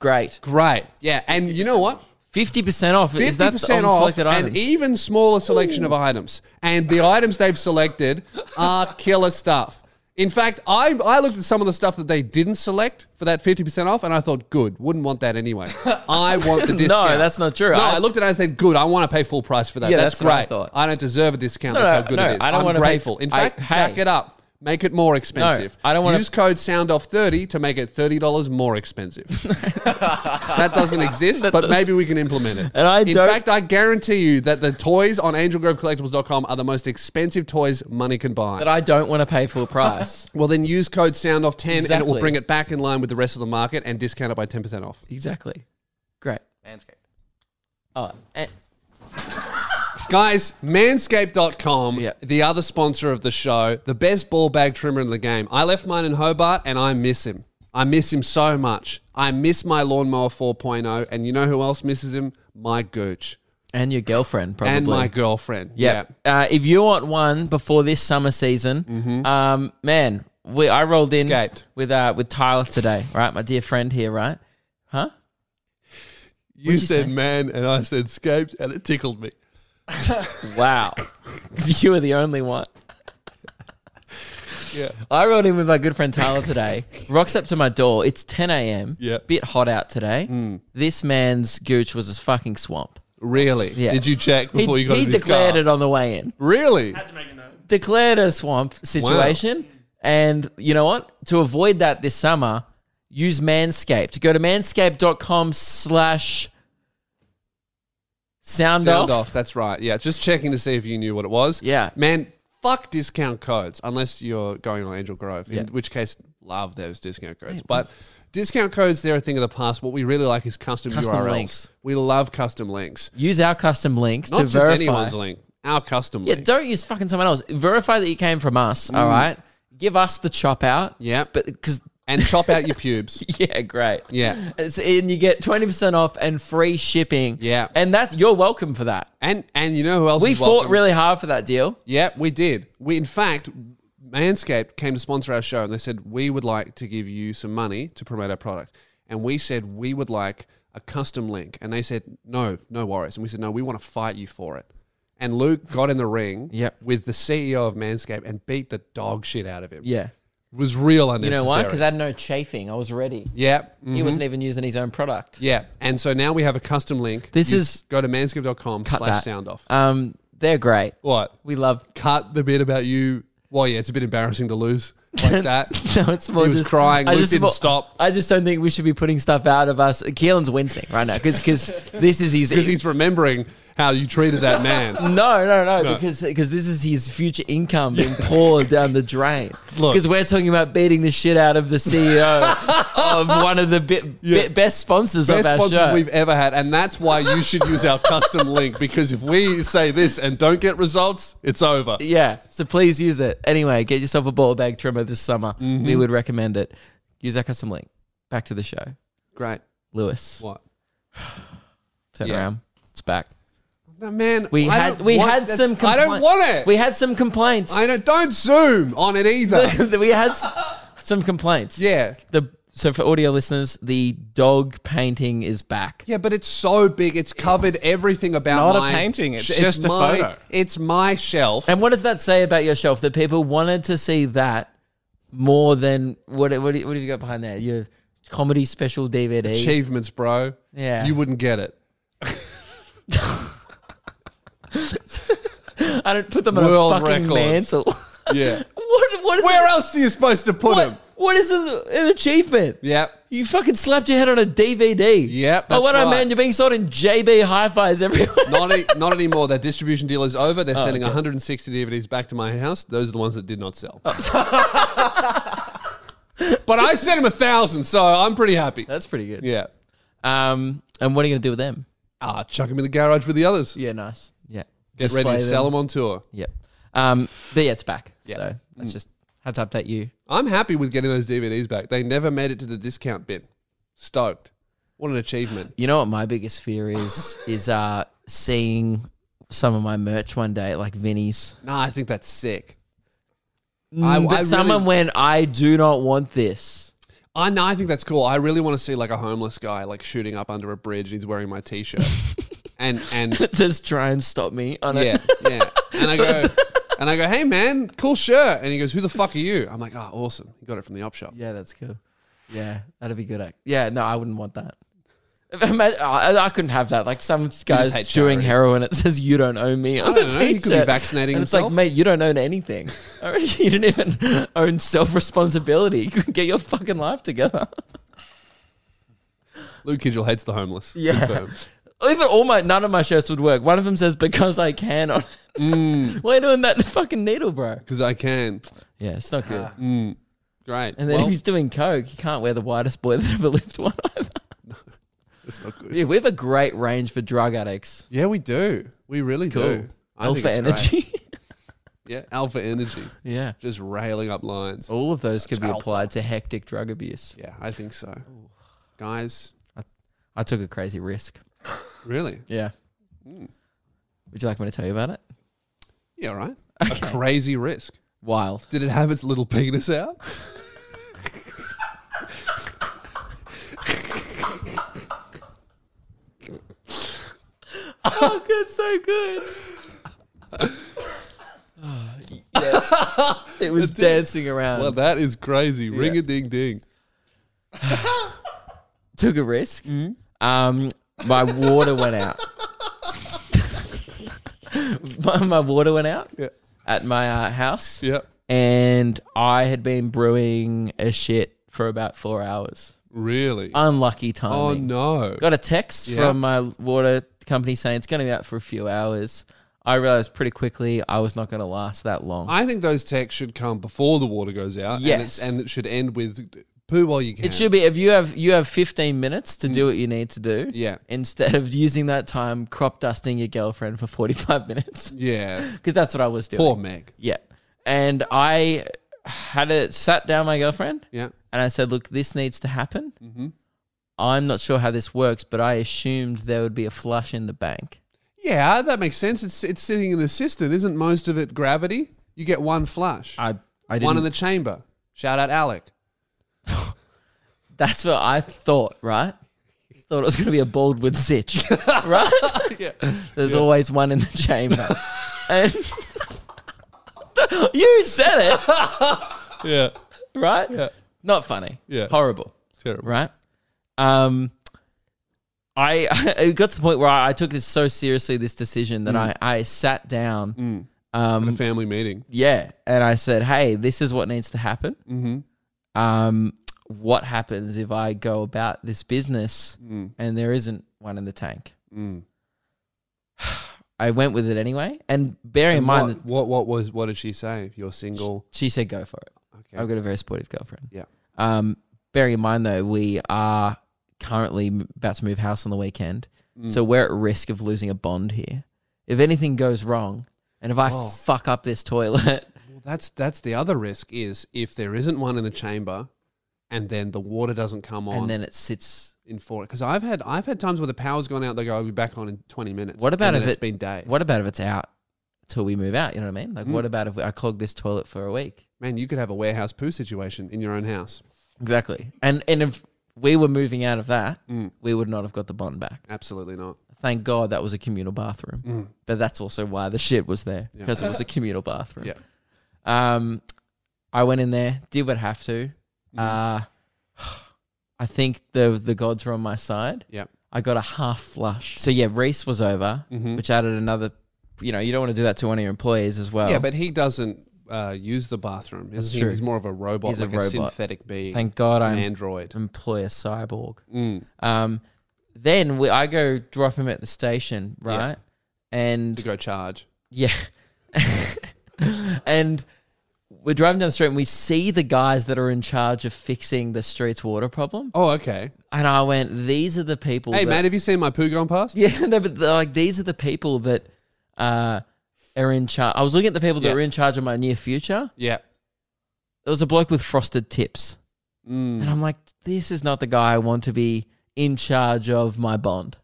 Speaker 2: great,
Speaker 1: great. Yeah, and you know what?
Speaker 2: fifty percent off. Is that on
Speaker 1: 50% off
Speaker 2: selected items?
Speaker 1: an even smaller selection of items. And the items they've selected are killer stuff. In fact, I, I looked at some of the stuff that they didn't select for that 50% off, and I thought, good, wouldn't want that anyway. I want the discount.
Speaker 2: that's not true.
Speaker 1: No,
Speaker 2: I-
Speaker 1: I, looked at it and I said, good, I want to pay full price for that.
Speaker 2: Yeah,
Speaker 1: that's,
Speaker 2: that's
Speaker 1: great.
Speaker 2: what I thought.
Speaker 1: I don't deserve a discount.
Speaker 2: No,
Speaker 1: that's
Speaker 2: no,
Speaker 1: how good
Speaker 2: no,
Speaker 1: it is.
Speaker 2: I don't
Speaker 1: I'm
Speaker 2: wanna pay
Speaker 1: grateful.
Speaker 2: full-
Speaker 1: In
Speaker 2: I-
Speaker 1: fact, jack
Speaker 2: hey.
Speaker 1: it up. Make it more expensive.
Speaker 2: I don't wanna-
Speaker 1: Use code SOUNDOFF30 to make it $30 more expensive. that doesn't exist, but maybe we can implement it.
Speaker 2: And I
Speaker 1: In
Speaker 2: don't-
Speaker 1: fact, I guarantee you that the toys on angelgrovecollectibles.com are the most expensive toys money can buy.
Speaker 2: that I don't want to pay full price.
Speaker 1: well, then use code SOUNDOFF10 and it
Speaker 2: Exactly.
Speaker 1: will bring it back in line with the rest of the market and discount it by 10% off.
Speaker 2: exactly. Great.
Speaker 6: Manscaped.
Speaker 2: Oh, and,
Speaker 1: Guys, manscaped.com,
Speaker 2: Yeah.
Speaker 1: the other sponsor of the show, the best ball bag trimmer in the game. I left mine in Hobart and I miss him. I miss him so much. I miss my lawnmower 4.0, and you know who else misses him? My gooch
Speaker 2: and your girlfriend probably.
Speaker 1: and my girlfriend.
Speaker 2: Yeah. Uh, if you want one before this summer season, um, man, we I rolled in
Speaker 1: Mm-hmm. Escaped.
Speaker 2: with uh with Tyler today, right? My dear friend here, right? Huh?
Speaker 1: You
Speaker 2: you said say?
Speaker 1: man, and I said scaped, and it tickled me.
Speaker 2: Wow. you were the only one.
Speaker 1: Yeah.
Speaker 2: I rolled in with my good friend Tyler today. Rocks up to my door. It's 10 a.m.
Speaker 1: Yeah.
Speaker 2: Bit hot out today.
Speaker 1: Mm.
Speaker 2: This man's gooch was a fucking swamp.
Speaker 1: Really?
Speaker 2: Yeah.
Speaker 1: Did you check before
Speaker 2: he
Speaker 1: you got
Speaker 2: he
Speaker 1: in his
Speaker 2: declared
Speaker 1: car?
Speaker 2: it on the way in.
Speaker 1: Really?
Speaker 5: Had to make a note.
Speaker 2: declared a swamp situation. And you know what? To avoid that this summer, use Manscaped. Go to manscaped.com slash sound
Speaker 1: Sound
Speaker 2: off.
Speaker 1: off. That's right. Yeah. Just checking to see if you knew what it was.
Speaker 2: Yeah.
Speaker 1: Man, fuck discount codes unless you're going on Angel Grove, in
Speaker 2: Yeah.
Speaker 1: which case, love those discount codes. But discount codes, they're a thing of the past. What we really like is custom,
Speaker 2: Custom
Speaker 1: URLs.
Speaker 2: links.
Speaker 1: We love custom links.
Speaker 2: Use our custom links
Speaker 1: Not
Speaker 2: to
Speaker 1: just
Speaker 2: verify.
Speaker 1: anyone's link, our custom
Speaker 2: Yeah,
Speaker 1: link.
Speaker 2: don't use fucking someone else. Verify that you came from us, all right? Give us the chop out.
Speaker 1: Mm. Yeah.
Speaker 2: But because,
Speaker 1: and chop out your pubes.
Speaker 2: yeah, great.
Speaker 1: Yeah.
Speaker 2: It's, and you get 20% off and free shipping.
Speaker 1: Yeah.
Speaker 2: And that's, you're welcome for that.
Speaker 1: And and you know who else
Speaker 2: We
Speaker 1: is
Speaker 2: fought
Speaker 1: welcome?
Speaker 2: really hard for that deal.
Speaker 1: Yeah, we did. We in fact Manscaped came to sponsor our show and they said we would like to give you some money to promote our product. and we said we would like a custom link, and they said no, no worries, and we said no, we want to fight you for it. And Luke got in the ring
Speaker 2: Yep.
Speaker 1: with the CEO of Manscaped and beat the dog shit out of him.
Speaker 2: Yeah.
Speaker 1: It was real
Speaker 2: You
Speaker 1: unnecessary.
Speaker 2: know why? Because I had no chafing. I was ready.
Speaker 1: yeah,
Speaker 2: He
Speaker 1: mhm.
Speaker 2: wasn't even using his own product.
Speaker 1: Yeah, and so now we have a custom link.
Speaker 2: This
Speaker 1: You
Speaker 2: is-
Speaker 1: go to manscaped.com
Speaker 2: Cut
Speaker 1: slash
Speaker 2: that.
Speaker 1: sound off.
Speaker 2: Um, they're great.
Speaker 1: what?
Speaker 2: We love.
Speaker 1: Cut the bit about you. Well, yeah, it's a bit embarrassing to lose like that.
Speaker 2: No, it's more
Speaker 1: He was
Speaker 2: just
Speaker 1: crying. Luke didn't
Speaker 2: more-
Speaker 1: stop.
Speaker 2: I just don't think we should be putting stuff out of us. Keelan's wincing right now because this is his.
Speaker 1: Because he's remembering how you treated that man.
Speaker 2: No, no, no, because because this is his future income being poured down the drain.
Speaker 1: Look.
Speaker 2: Because we're talking about beating the shit out of the CEO of one of the bi- bi- best sponsors
Speaker 1: Best
Speaker 2: of our
Speaker 1: sponsors
Speaker 2: show.
Speaker 1: we've ever had, and that's why you should use our custom link. Because if we say this and don't get results, it's over.
Speaker 2: yeah, so please use it. Anyway, get yourself a ball bag trimmer this summer. We
Speaker 1: Mm-hmm.
Speaker 2: would recommend it. Use our custom link. Back to the show.
Speaker 1: Great.
Speaker 2: Lewis,
Speaker 1: What?
Speaker 2: turn
Speaker 1: Yeah.
Speaker 2: around. It's back.
Speaker 1: No, man,
Speaker 2: We
Speaker 1: I
Speaker 2: had
Speaker 1: don't
Speaker 2: we
Speaker 1: want
Speaker 2: had
Speaker 1: this-
Speaker 2: some.
Speaker 1: I don't
Speaker 2: compli-
Speaker 1: want it.
Speaker 2: We had some complaints.
Speaker 1: I don't. Don't zoom on it either.
Speaker 2: we had s- some complaints.
Speaker 1: yeah.
Speaker 2: the so for audio listeners, the dog painting is back.
Speaker 1: Yeah, but it's so big. It's covered everything about
Speaker 3: Not a
Speaker 1: my-
Speaker 3: painting, it's
Speaker 1: sh-
Speaker 3: just a
Speaker 1: my,
Speaker 3: photo.
Speaker 1: It's my shelf.
Speaker 2: And what does that say about your shelf? That people wanted to see that more than what? What, do you- what have you got behind there? Your comedy special DVD.
Speaker 1: Achievements, bro.
Speaker 2: Yeah.
Speaker 1: You wouldn't get it.
Speaker 2: I don't put them on
Speaker 1: World
Speaker 2: a fucking
Speaker 1: records.
Speaker 2: mantle.
Speaker 1: Yeah.
Speaker 2: what? What is
Speaker 1: Where
Speaker 2: it?
Speaker 1: else are you supposed to put them?
Speaker 2: What, what is an, an achievement?
Speaker 1: Yep.
Speaker 2: You fucking slapped your head on a DVD.
Speaker 1: Yep,
Speaker 2: Oh,
Speaker 1: that's
Speaker 2: what I
Speaker 1: right.
Speaker 2: meant, you're being sold in JB hi-fis everywhere.
Speaker 1: Not, e- not anymore. That distribution deal is over. They're sending 160 DVDs back to my house. Those are the ones that did not sell. Oh. but I sent them a thousand, so I'm pretty happy.
Speaker 2: That's pretty good.
Speaker 1: Yeah.
Speaker 2: Um, and what are you gonna do with them?
Speaker 1: Ah, chuck them in the garage with the others.
Speaker 2: Yeah, nice. Yeah.
Speaker 1: Get ready to sell them on tour.
Speaker 2: Yep. Um, but yeah, it's back.
Speaker 1: Yeah. Mm.
Speaker 2: So that's just had to update you.
Speaker 1: I'm happy with getting those DVDs back. They never made it to the discount bin. Stoked. What an achievement.
Speaker 2: You know what my biggest fear is is uh seeing some of my merch one day, like Vinny's.
Speaker 1: Nah, I think that's sick. I-
Speaker 2: I, but
Speaker 1: I
Speaker 2: someone
Speaker 1: really-
Speaker 2: went, I do not want this.
Speaker 1: I no, I think that's cool. I really want to see like a homeless guy like shooting up under a bridge and he's wearing my t-shirt. and and
Speaker 2: It says try and stop me on
Speaker 1: yeah,
Speaker 2: it.
Speaker 1: yeah. And I go and I go, "Hey man, cool shirt." And he goes, "Who the fuck are you?" I'm like, "Oh, awesome. He got it from the op shop."
Speaker 2: Yeah, that's cool. Yeah, that'd be good. act- Yeah, no, I wouldn't want that. Ima- I, I couldn't have that. Like some guys
Speaker 1: hate
Speaker 2: doing
Speaker 1: charity.
Speaker 2: heroin, it says you don't own me. On
Speaker 1: don't
Speaker 2: the
Speaker 1: know, he could be
Speaker 2: t-shirt.
Speaker 1: vaccinating
Speaker 2: and It's
Speaker 1: himself.
Speaker 2: like, mate, you don't own anything. you don't even own self responsibility. Get your fucking life together.
Speaker 1: Luke Kidgel hates the homeless.
Speaker 2: Yeah.
Speaker 1: Confirm.
Speaker 2: Even all my none of my shirts would work. One of them says because I can on. it.
Speaker 1: Mm.
Speaker 2: Why are you doing that fucking needle, bro?
Speaker 1: Cuz I can.
Speaker 2: Yeah, it's not good.
Speaker 1: Great.
Speaker 2: And then
Speaker 1: Ah. well,
Speaker 2: if he's doing coke, he can't wear the widest boy that ever lived one either.
Speaker 1: that's not good.
Speaker 2: Yeah, we have a great range for drug addicts.
Speaker 1: Yeah, we do. We really do. I think
Speaker 2: Alpha
Speaker 1: it's great.
Speaker 2: energy.
Speaker 1: Yeah, alpha energy.
Speaker 2: yeah.
Speaker 1: Just railing up lines.
Speaker 2: All of those could be applied to hectic drug abuse.
Speaker 1: Yeah, I think so. Guys,
Speaker 2: I took a crazy risk.
Speaker 1: really?
Speaker 2: Yeah. Would you like me to tell you about it?
Speaker 1: Yeah, right. A crazy risk.
Speaker 2: Wild.
Speaker 1: Did it have its little penis out?
Speaker 2: Oh, that's so good. it was dancing around.
Speaker 1: Well, that is crazy. Ring a ding ding.
Speaker 2: took a risk. Um, my water went out. my, my water went out
Speaker 1: Yeah.
Speaker 2: at my uh, house,
Speaker 1: Yep.
Speaker 2: and I had been brewing a shit for about four hours.
Speaker 1: Really?
Speaker 2: Unlucky
Speaker 1: oh,
Speaker 2: timing.
Speaker 1: no.
Speaker 2: Got a text
Speaker 1: Yeah.
Speaker 2: from my water company saying it's going to be out for a few hours. I realized pretty quickly I was not going to last that long.
Speaker 1: I think those texts should come before the water goes out.
Speaker 2: Yes.
Speaker 1: And, it's, and it should end with poo while you can.
Speaker 2: It should be if you have you have 15 minutes to do what you need to do.
Speaker 1: Mm. Yeah.
Speaker 2: Instead of using that time crop dusting your girlfriend for 45 minutes
Speaker 1: Yeah.
Speaker 2: because that's what I was doing.
Speaker 1: Poor Meg.
Speaker 2: Yeah. And I had it sat down my girlfriend
Speaker 1: Yeah.
Speaker 2: and I said, "Look, this needs to happen.
Speaker 1: Mm-hmm.
Speaker 2: I'm not sure how this works, but I assumed there would be a flush in the bank."
Speaker 1: Yeah, that makes sense. It's, it's sitting in the cistern. Isn't most of it gravity? You get one flush.
Speaker 2: I I didn't
Speaker 1: one in the chamber. Shout out Alec.
Speaker 2: That's what I thought, right? Thought it was going to be a Baldwin sitch, right?
Speaker 1: Yeah.
Speaker 2: There's always one in the chamber. and you said it,
Speaker 1: Yeah.
Speaker 2: right? Not funny.
Speaker 1: Yeah.
Speaker 2: Horrible,
Speaker 1: Terrible.
Speaker 2: right? Um, I it got to the point where I, I took this so seriously, this decision that
Speaker 1: Mm.
Speaker 2: I, I sat down
Speaker 1: The family meeting.
Speaker 2: Yeah. And I said, hey, this is what needs to happen.
Speaker 1: Mm-hmm.
Speaker 2: Um, what happens if I go about this business
Speaker 1: Mm.
Speaker 2: and there isn't one in the tank? I went with it anyway. And bear in mind
Speaker 1: What,
Speaker 2: that
Speaker 1: what what was what did she say? You're single.
Speaker 2: she said, go for it.
Speaker 1: Okay.
Speaker 2: I've got a very supportive girlfriend.
Speaker 1: Yeah.
Speaker 2: Um, bearing in mind, though, we are currently m- about to move house on the weekend.
Speaker 1: Mm.
Speaker 2: So we're at risk of losing a bond here. If anything goes wrong, and if I
Speaker 1: Oh.
Speaker 2: fuck up this toilet,
Speaker 1: Well, that's that's the other risk is if there isn't one in the chamber, and then the water doesn't come on
Speaker 2: and then it sits
Speaker 1: in four. Because I've had I've had times where the power's gone out. They go, I'll be back on in twenty minutes.
Speaker 2: What about
Speaker 1: and
Speaker 2: if
Speaker 1: then
Speaker 2: it,
Speaker 1: it's been days?
Speaker 2: What about if it's out till we move out? You know what I mean? Like,
Speaker 1: Mm.
Speaker 2: what about if I clog this toilet for a week?
Speaker 1: man, you could have a warehouse poo situation in your own house.
Speaker 2: Exactly. And and if we were moving out of that,
Speaker 1: Mm.
Speaker 2: we would not have got the bond back.
Speaker 1: Absolutely not.
Speaker 2: Thank God that was a communal bathroom.
Speaker 1: Mm.
Speaker 2: But that's also why the shit was there because it was a communal bathroom.
Speaker 1: Yeah.
Speaker 2: Um, I went in there, did what I have to.
Speaker 1: Mm.
Speaker 2: Uh, I think the the gods were on my side.
Speaker 1: Yeah.
Speaker 2: I got a half flush. So yeah, Reese was over,
Speaker 1: Mm-hmm.
Speaker 2: which added another. You know, you don't want to do that to one of your employees as well.
Speaker 1: Yeah, but he doesn't uh, use the bathroom. Isn't he?
Speaker 2: true.
Speaker 1: He's more of a robot,
Speaker 2: He's a
Speaker 1: like a,
Speaker 2: robot.
Speaker 1: synthetic being.
Speaker 2: Thank Mm. God
Speaker 1: an
Speaker 2: I'm
Speaker 1: android.
Speaker 2: employ a cyborg.
Speaker 1: Mm.
Speaker 2: Um, then we, I go drop him at the station, right?
Speaker 1: To
Speaker 2: And
Speaker 1: go charge.
Speaker 2: yeah, and we're driving down the street and we see the guys that are in charge of fixing the street's water problem.
Speaker 1: Oh, okay.
Speaker 2: And I went, these are the people.
Speaker 1: Hey,
Speaker 2: that,
Speaker 1: mate, have you seen my poo going past?
Speaker 2: Yeah, no, but they're like these are the people that uh, are in charge. I was looking at the people that
Speaker 1: Yeah.
Speaker 2: are in charge of my near future.
Speaker 1: Yeah.
Speaker 2: There was a bloke with frosted tips,
Speaker 1: Mm.
Speaker 2: and I'm like, this is not the guy I want to be in charge of my bond.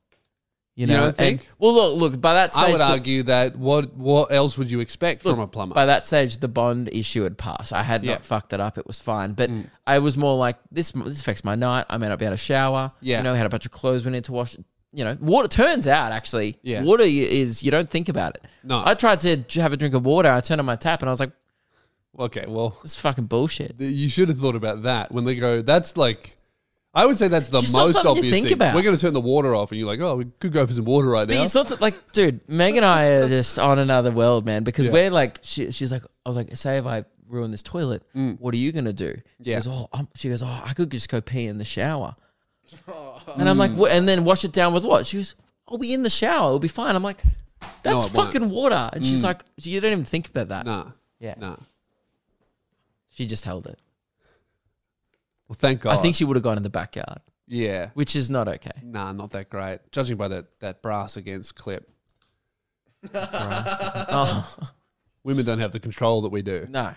Speaker 2: You
Speaker 1: You
Speaker 2: know,
Speaker 1: don't think?
Speaker 2: And- well, look, look. By that stage,
Speaker 1: I would
Speaker 2: the-
Speaker 1: argue that what what else would you expect
Speaker 2: look,
Speaker 1: from a plumber?
Speaker 2: By that stage, the bond issue had passed. I had
Speaker 1: Yeah. Mm.
Speaker 2: not fucked it up. It was fine, but I was more like, this. This affects my night. I may not be able to shower.
Speaker 1: Yeah.
Speaker 2: you know, had a bunch of clothes we need to wash. You know, water turns out actually.
Speaker 1: Yeah.
Speaker 2: water y- is you don't think about it.
Speaker 1: No.
Speaker 2: I tried to j- have a drink of water. I turned on my tap, and I was like,
Speaker 1: okay, well,
Speaker 2: this is fucking bullshit.
Speaker 1: you should have thought about that when they go. That's like, I would say that's the
Speaker 2: Just not
Speaker 1: most
Speaker 2: something you
Speaker 1: obvious
Speaker 2: think
Speaker 1: thing.
Speaker 2: about.
Speaker 1: We're going to turn the water off, and you're like, oh, we could go for some water right
Speaker 2: But
Speaker 1: now.
Speaker 2: it's not like, dude, Meg and I are just on another world, man. Because
Speaker 1: Yeah.
Speaker 2: we're like, she, she's like, I was like, say if I ruin this toilet, what are you gonna do? She
Speaker 1: Mm. Yeah.
Speaker 2: goes, oh, I'm, she goes, oh, I could just go pee in the shower. And I'm like, what? And then wash it down with what? She goes, I'll be in the shower. It'll be fine. I'm like, that's
Speaker 1: it won't. Mm.
Speaker 2: fucking water. And she's like, you don't even think about that.
Speaker 1: nah,
Speaker 2: Yeah.
Speaker 1: nah.
Speaker 2: She just held it.
Speaker 1: Well, thank God.
Speaker 2: I think she would have gone in the backyard,
Speaker 1: yeah.
Speaker 2: which is not okay.
Speaker 1: Nah, not that great. Judging by that that brass against clip,
Speaker 2: Oh,
Speaker 1: women don't have the control that we do.
Speaker 2: no.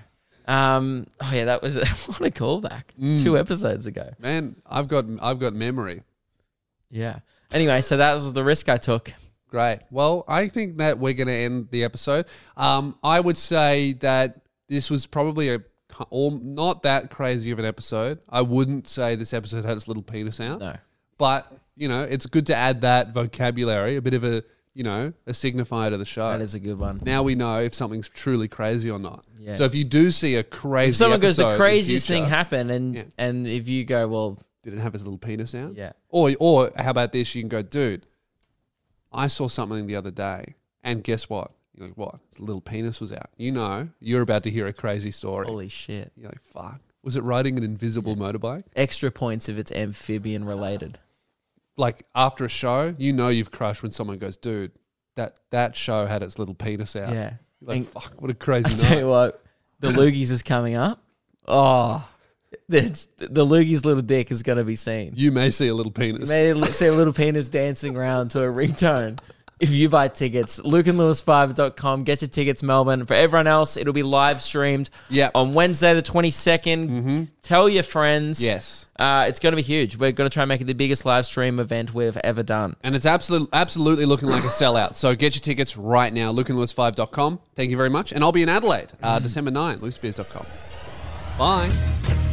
Speaker 2: Um, oh, yeah, that was what a callback
Speaker 1: Mm.
Speaker 2: two episodes ago.
Speaker 1: Man, I've got I've got memory.
Speaker 2: Yeah. Anyway, so that was the risk I took.
Speaker 1: Great. Well, I think that we're going to end the episode. Um, I would say that this was probably a c- all, not that crazy of an episode. I wouldn't say this episode had its little penis out.
Speaker 2: No.
Speaker 1: But, you know, it's good to add that vocabulary, a bit of a, you know, a signifier to the show.
Speaker 2: That is a good one.
Speaker 1: now we know if something's truly crazy or not.
Speaker 2: Yeah.
Speaker 1: So if you do see a crazy
Speaker 2: if someone goes,
Speaker 1: episode
Speaker 2: the
Speaker 1: in
Speaker 2: craziest
Speaker 1: future,
Speaker 2: thing happened, and
Speaker 1: Yeah.
Speaker 2: and if you go, well,
Speaker 1: Did it have his little penis out?
Speaker 2: Yeah.
Speaker 1: Or, or how about this? You can go, dude, I saw something the other day, and guess what? You're like, what? His little penis was out. You know, you're about to hear a crazy story.
Speaker 2: holy shit,
Speaker 1: You're like, fuck. Was it riding an invisible motorbike?
Speaker 2: extra points if it's amphibian related.
Speaker 1: Like after a show, you know you've crushed when someone goes, dude, that that show had its little penis out.
Speaker 2: Yeah.
Speaker 1: You're like,
Speaker 2: And-
Speaker 1: fuck, what a crazy
Speaker 2: Tell you
Speaker 1: night.
Speaker 2: what, the loogies is coming up. Oh, that's- the loogies little dick is going to be seen.
Speaker 1: You may see a little penis.
Speaker 2: Maybe see a little penis dancing around to a ringtone. If you buy tickets, lukeandlewis5.com, get your tickets, Melbourne. For everyone else, it'll be live streamed
Speaker 1: Yep. Mm-hmm.
Speaker 2: on Wednesday, the 22nd. Tell your friends.
Speaker 1: yes.
Speaker 2: Uh, it's going to be huge. We're going to try and make it the biggest live stream event we've ever done.
Speaker 1: And it's absolutely absolutely looking like a sellout. So get your tickets right now, lukeandlewis5.com. Thank you very much. And I'll be in Adelaide, uh, December 9, lewisbeers.com. Bye.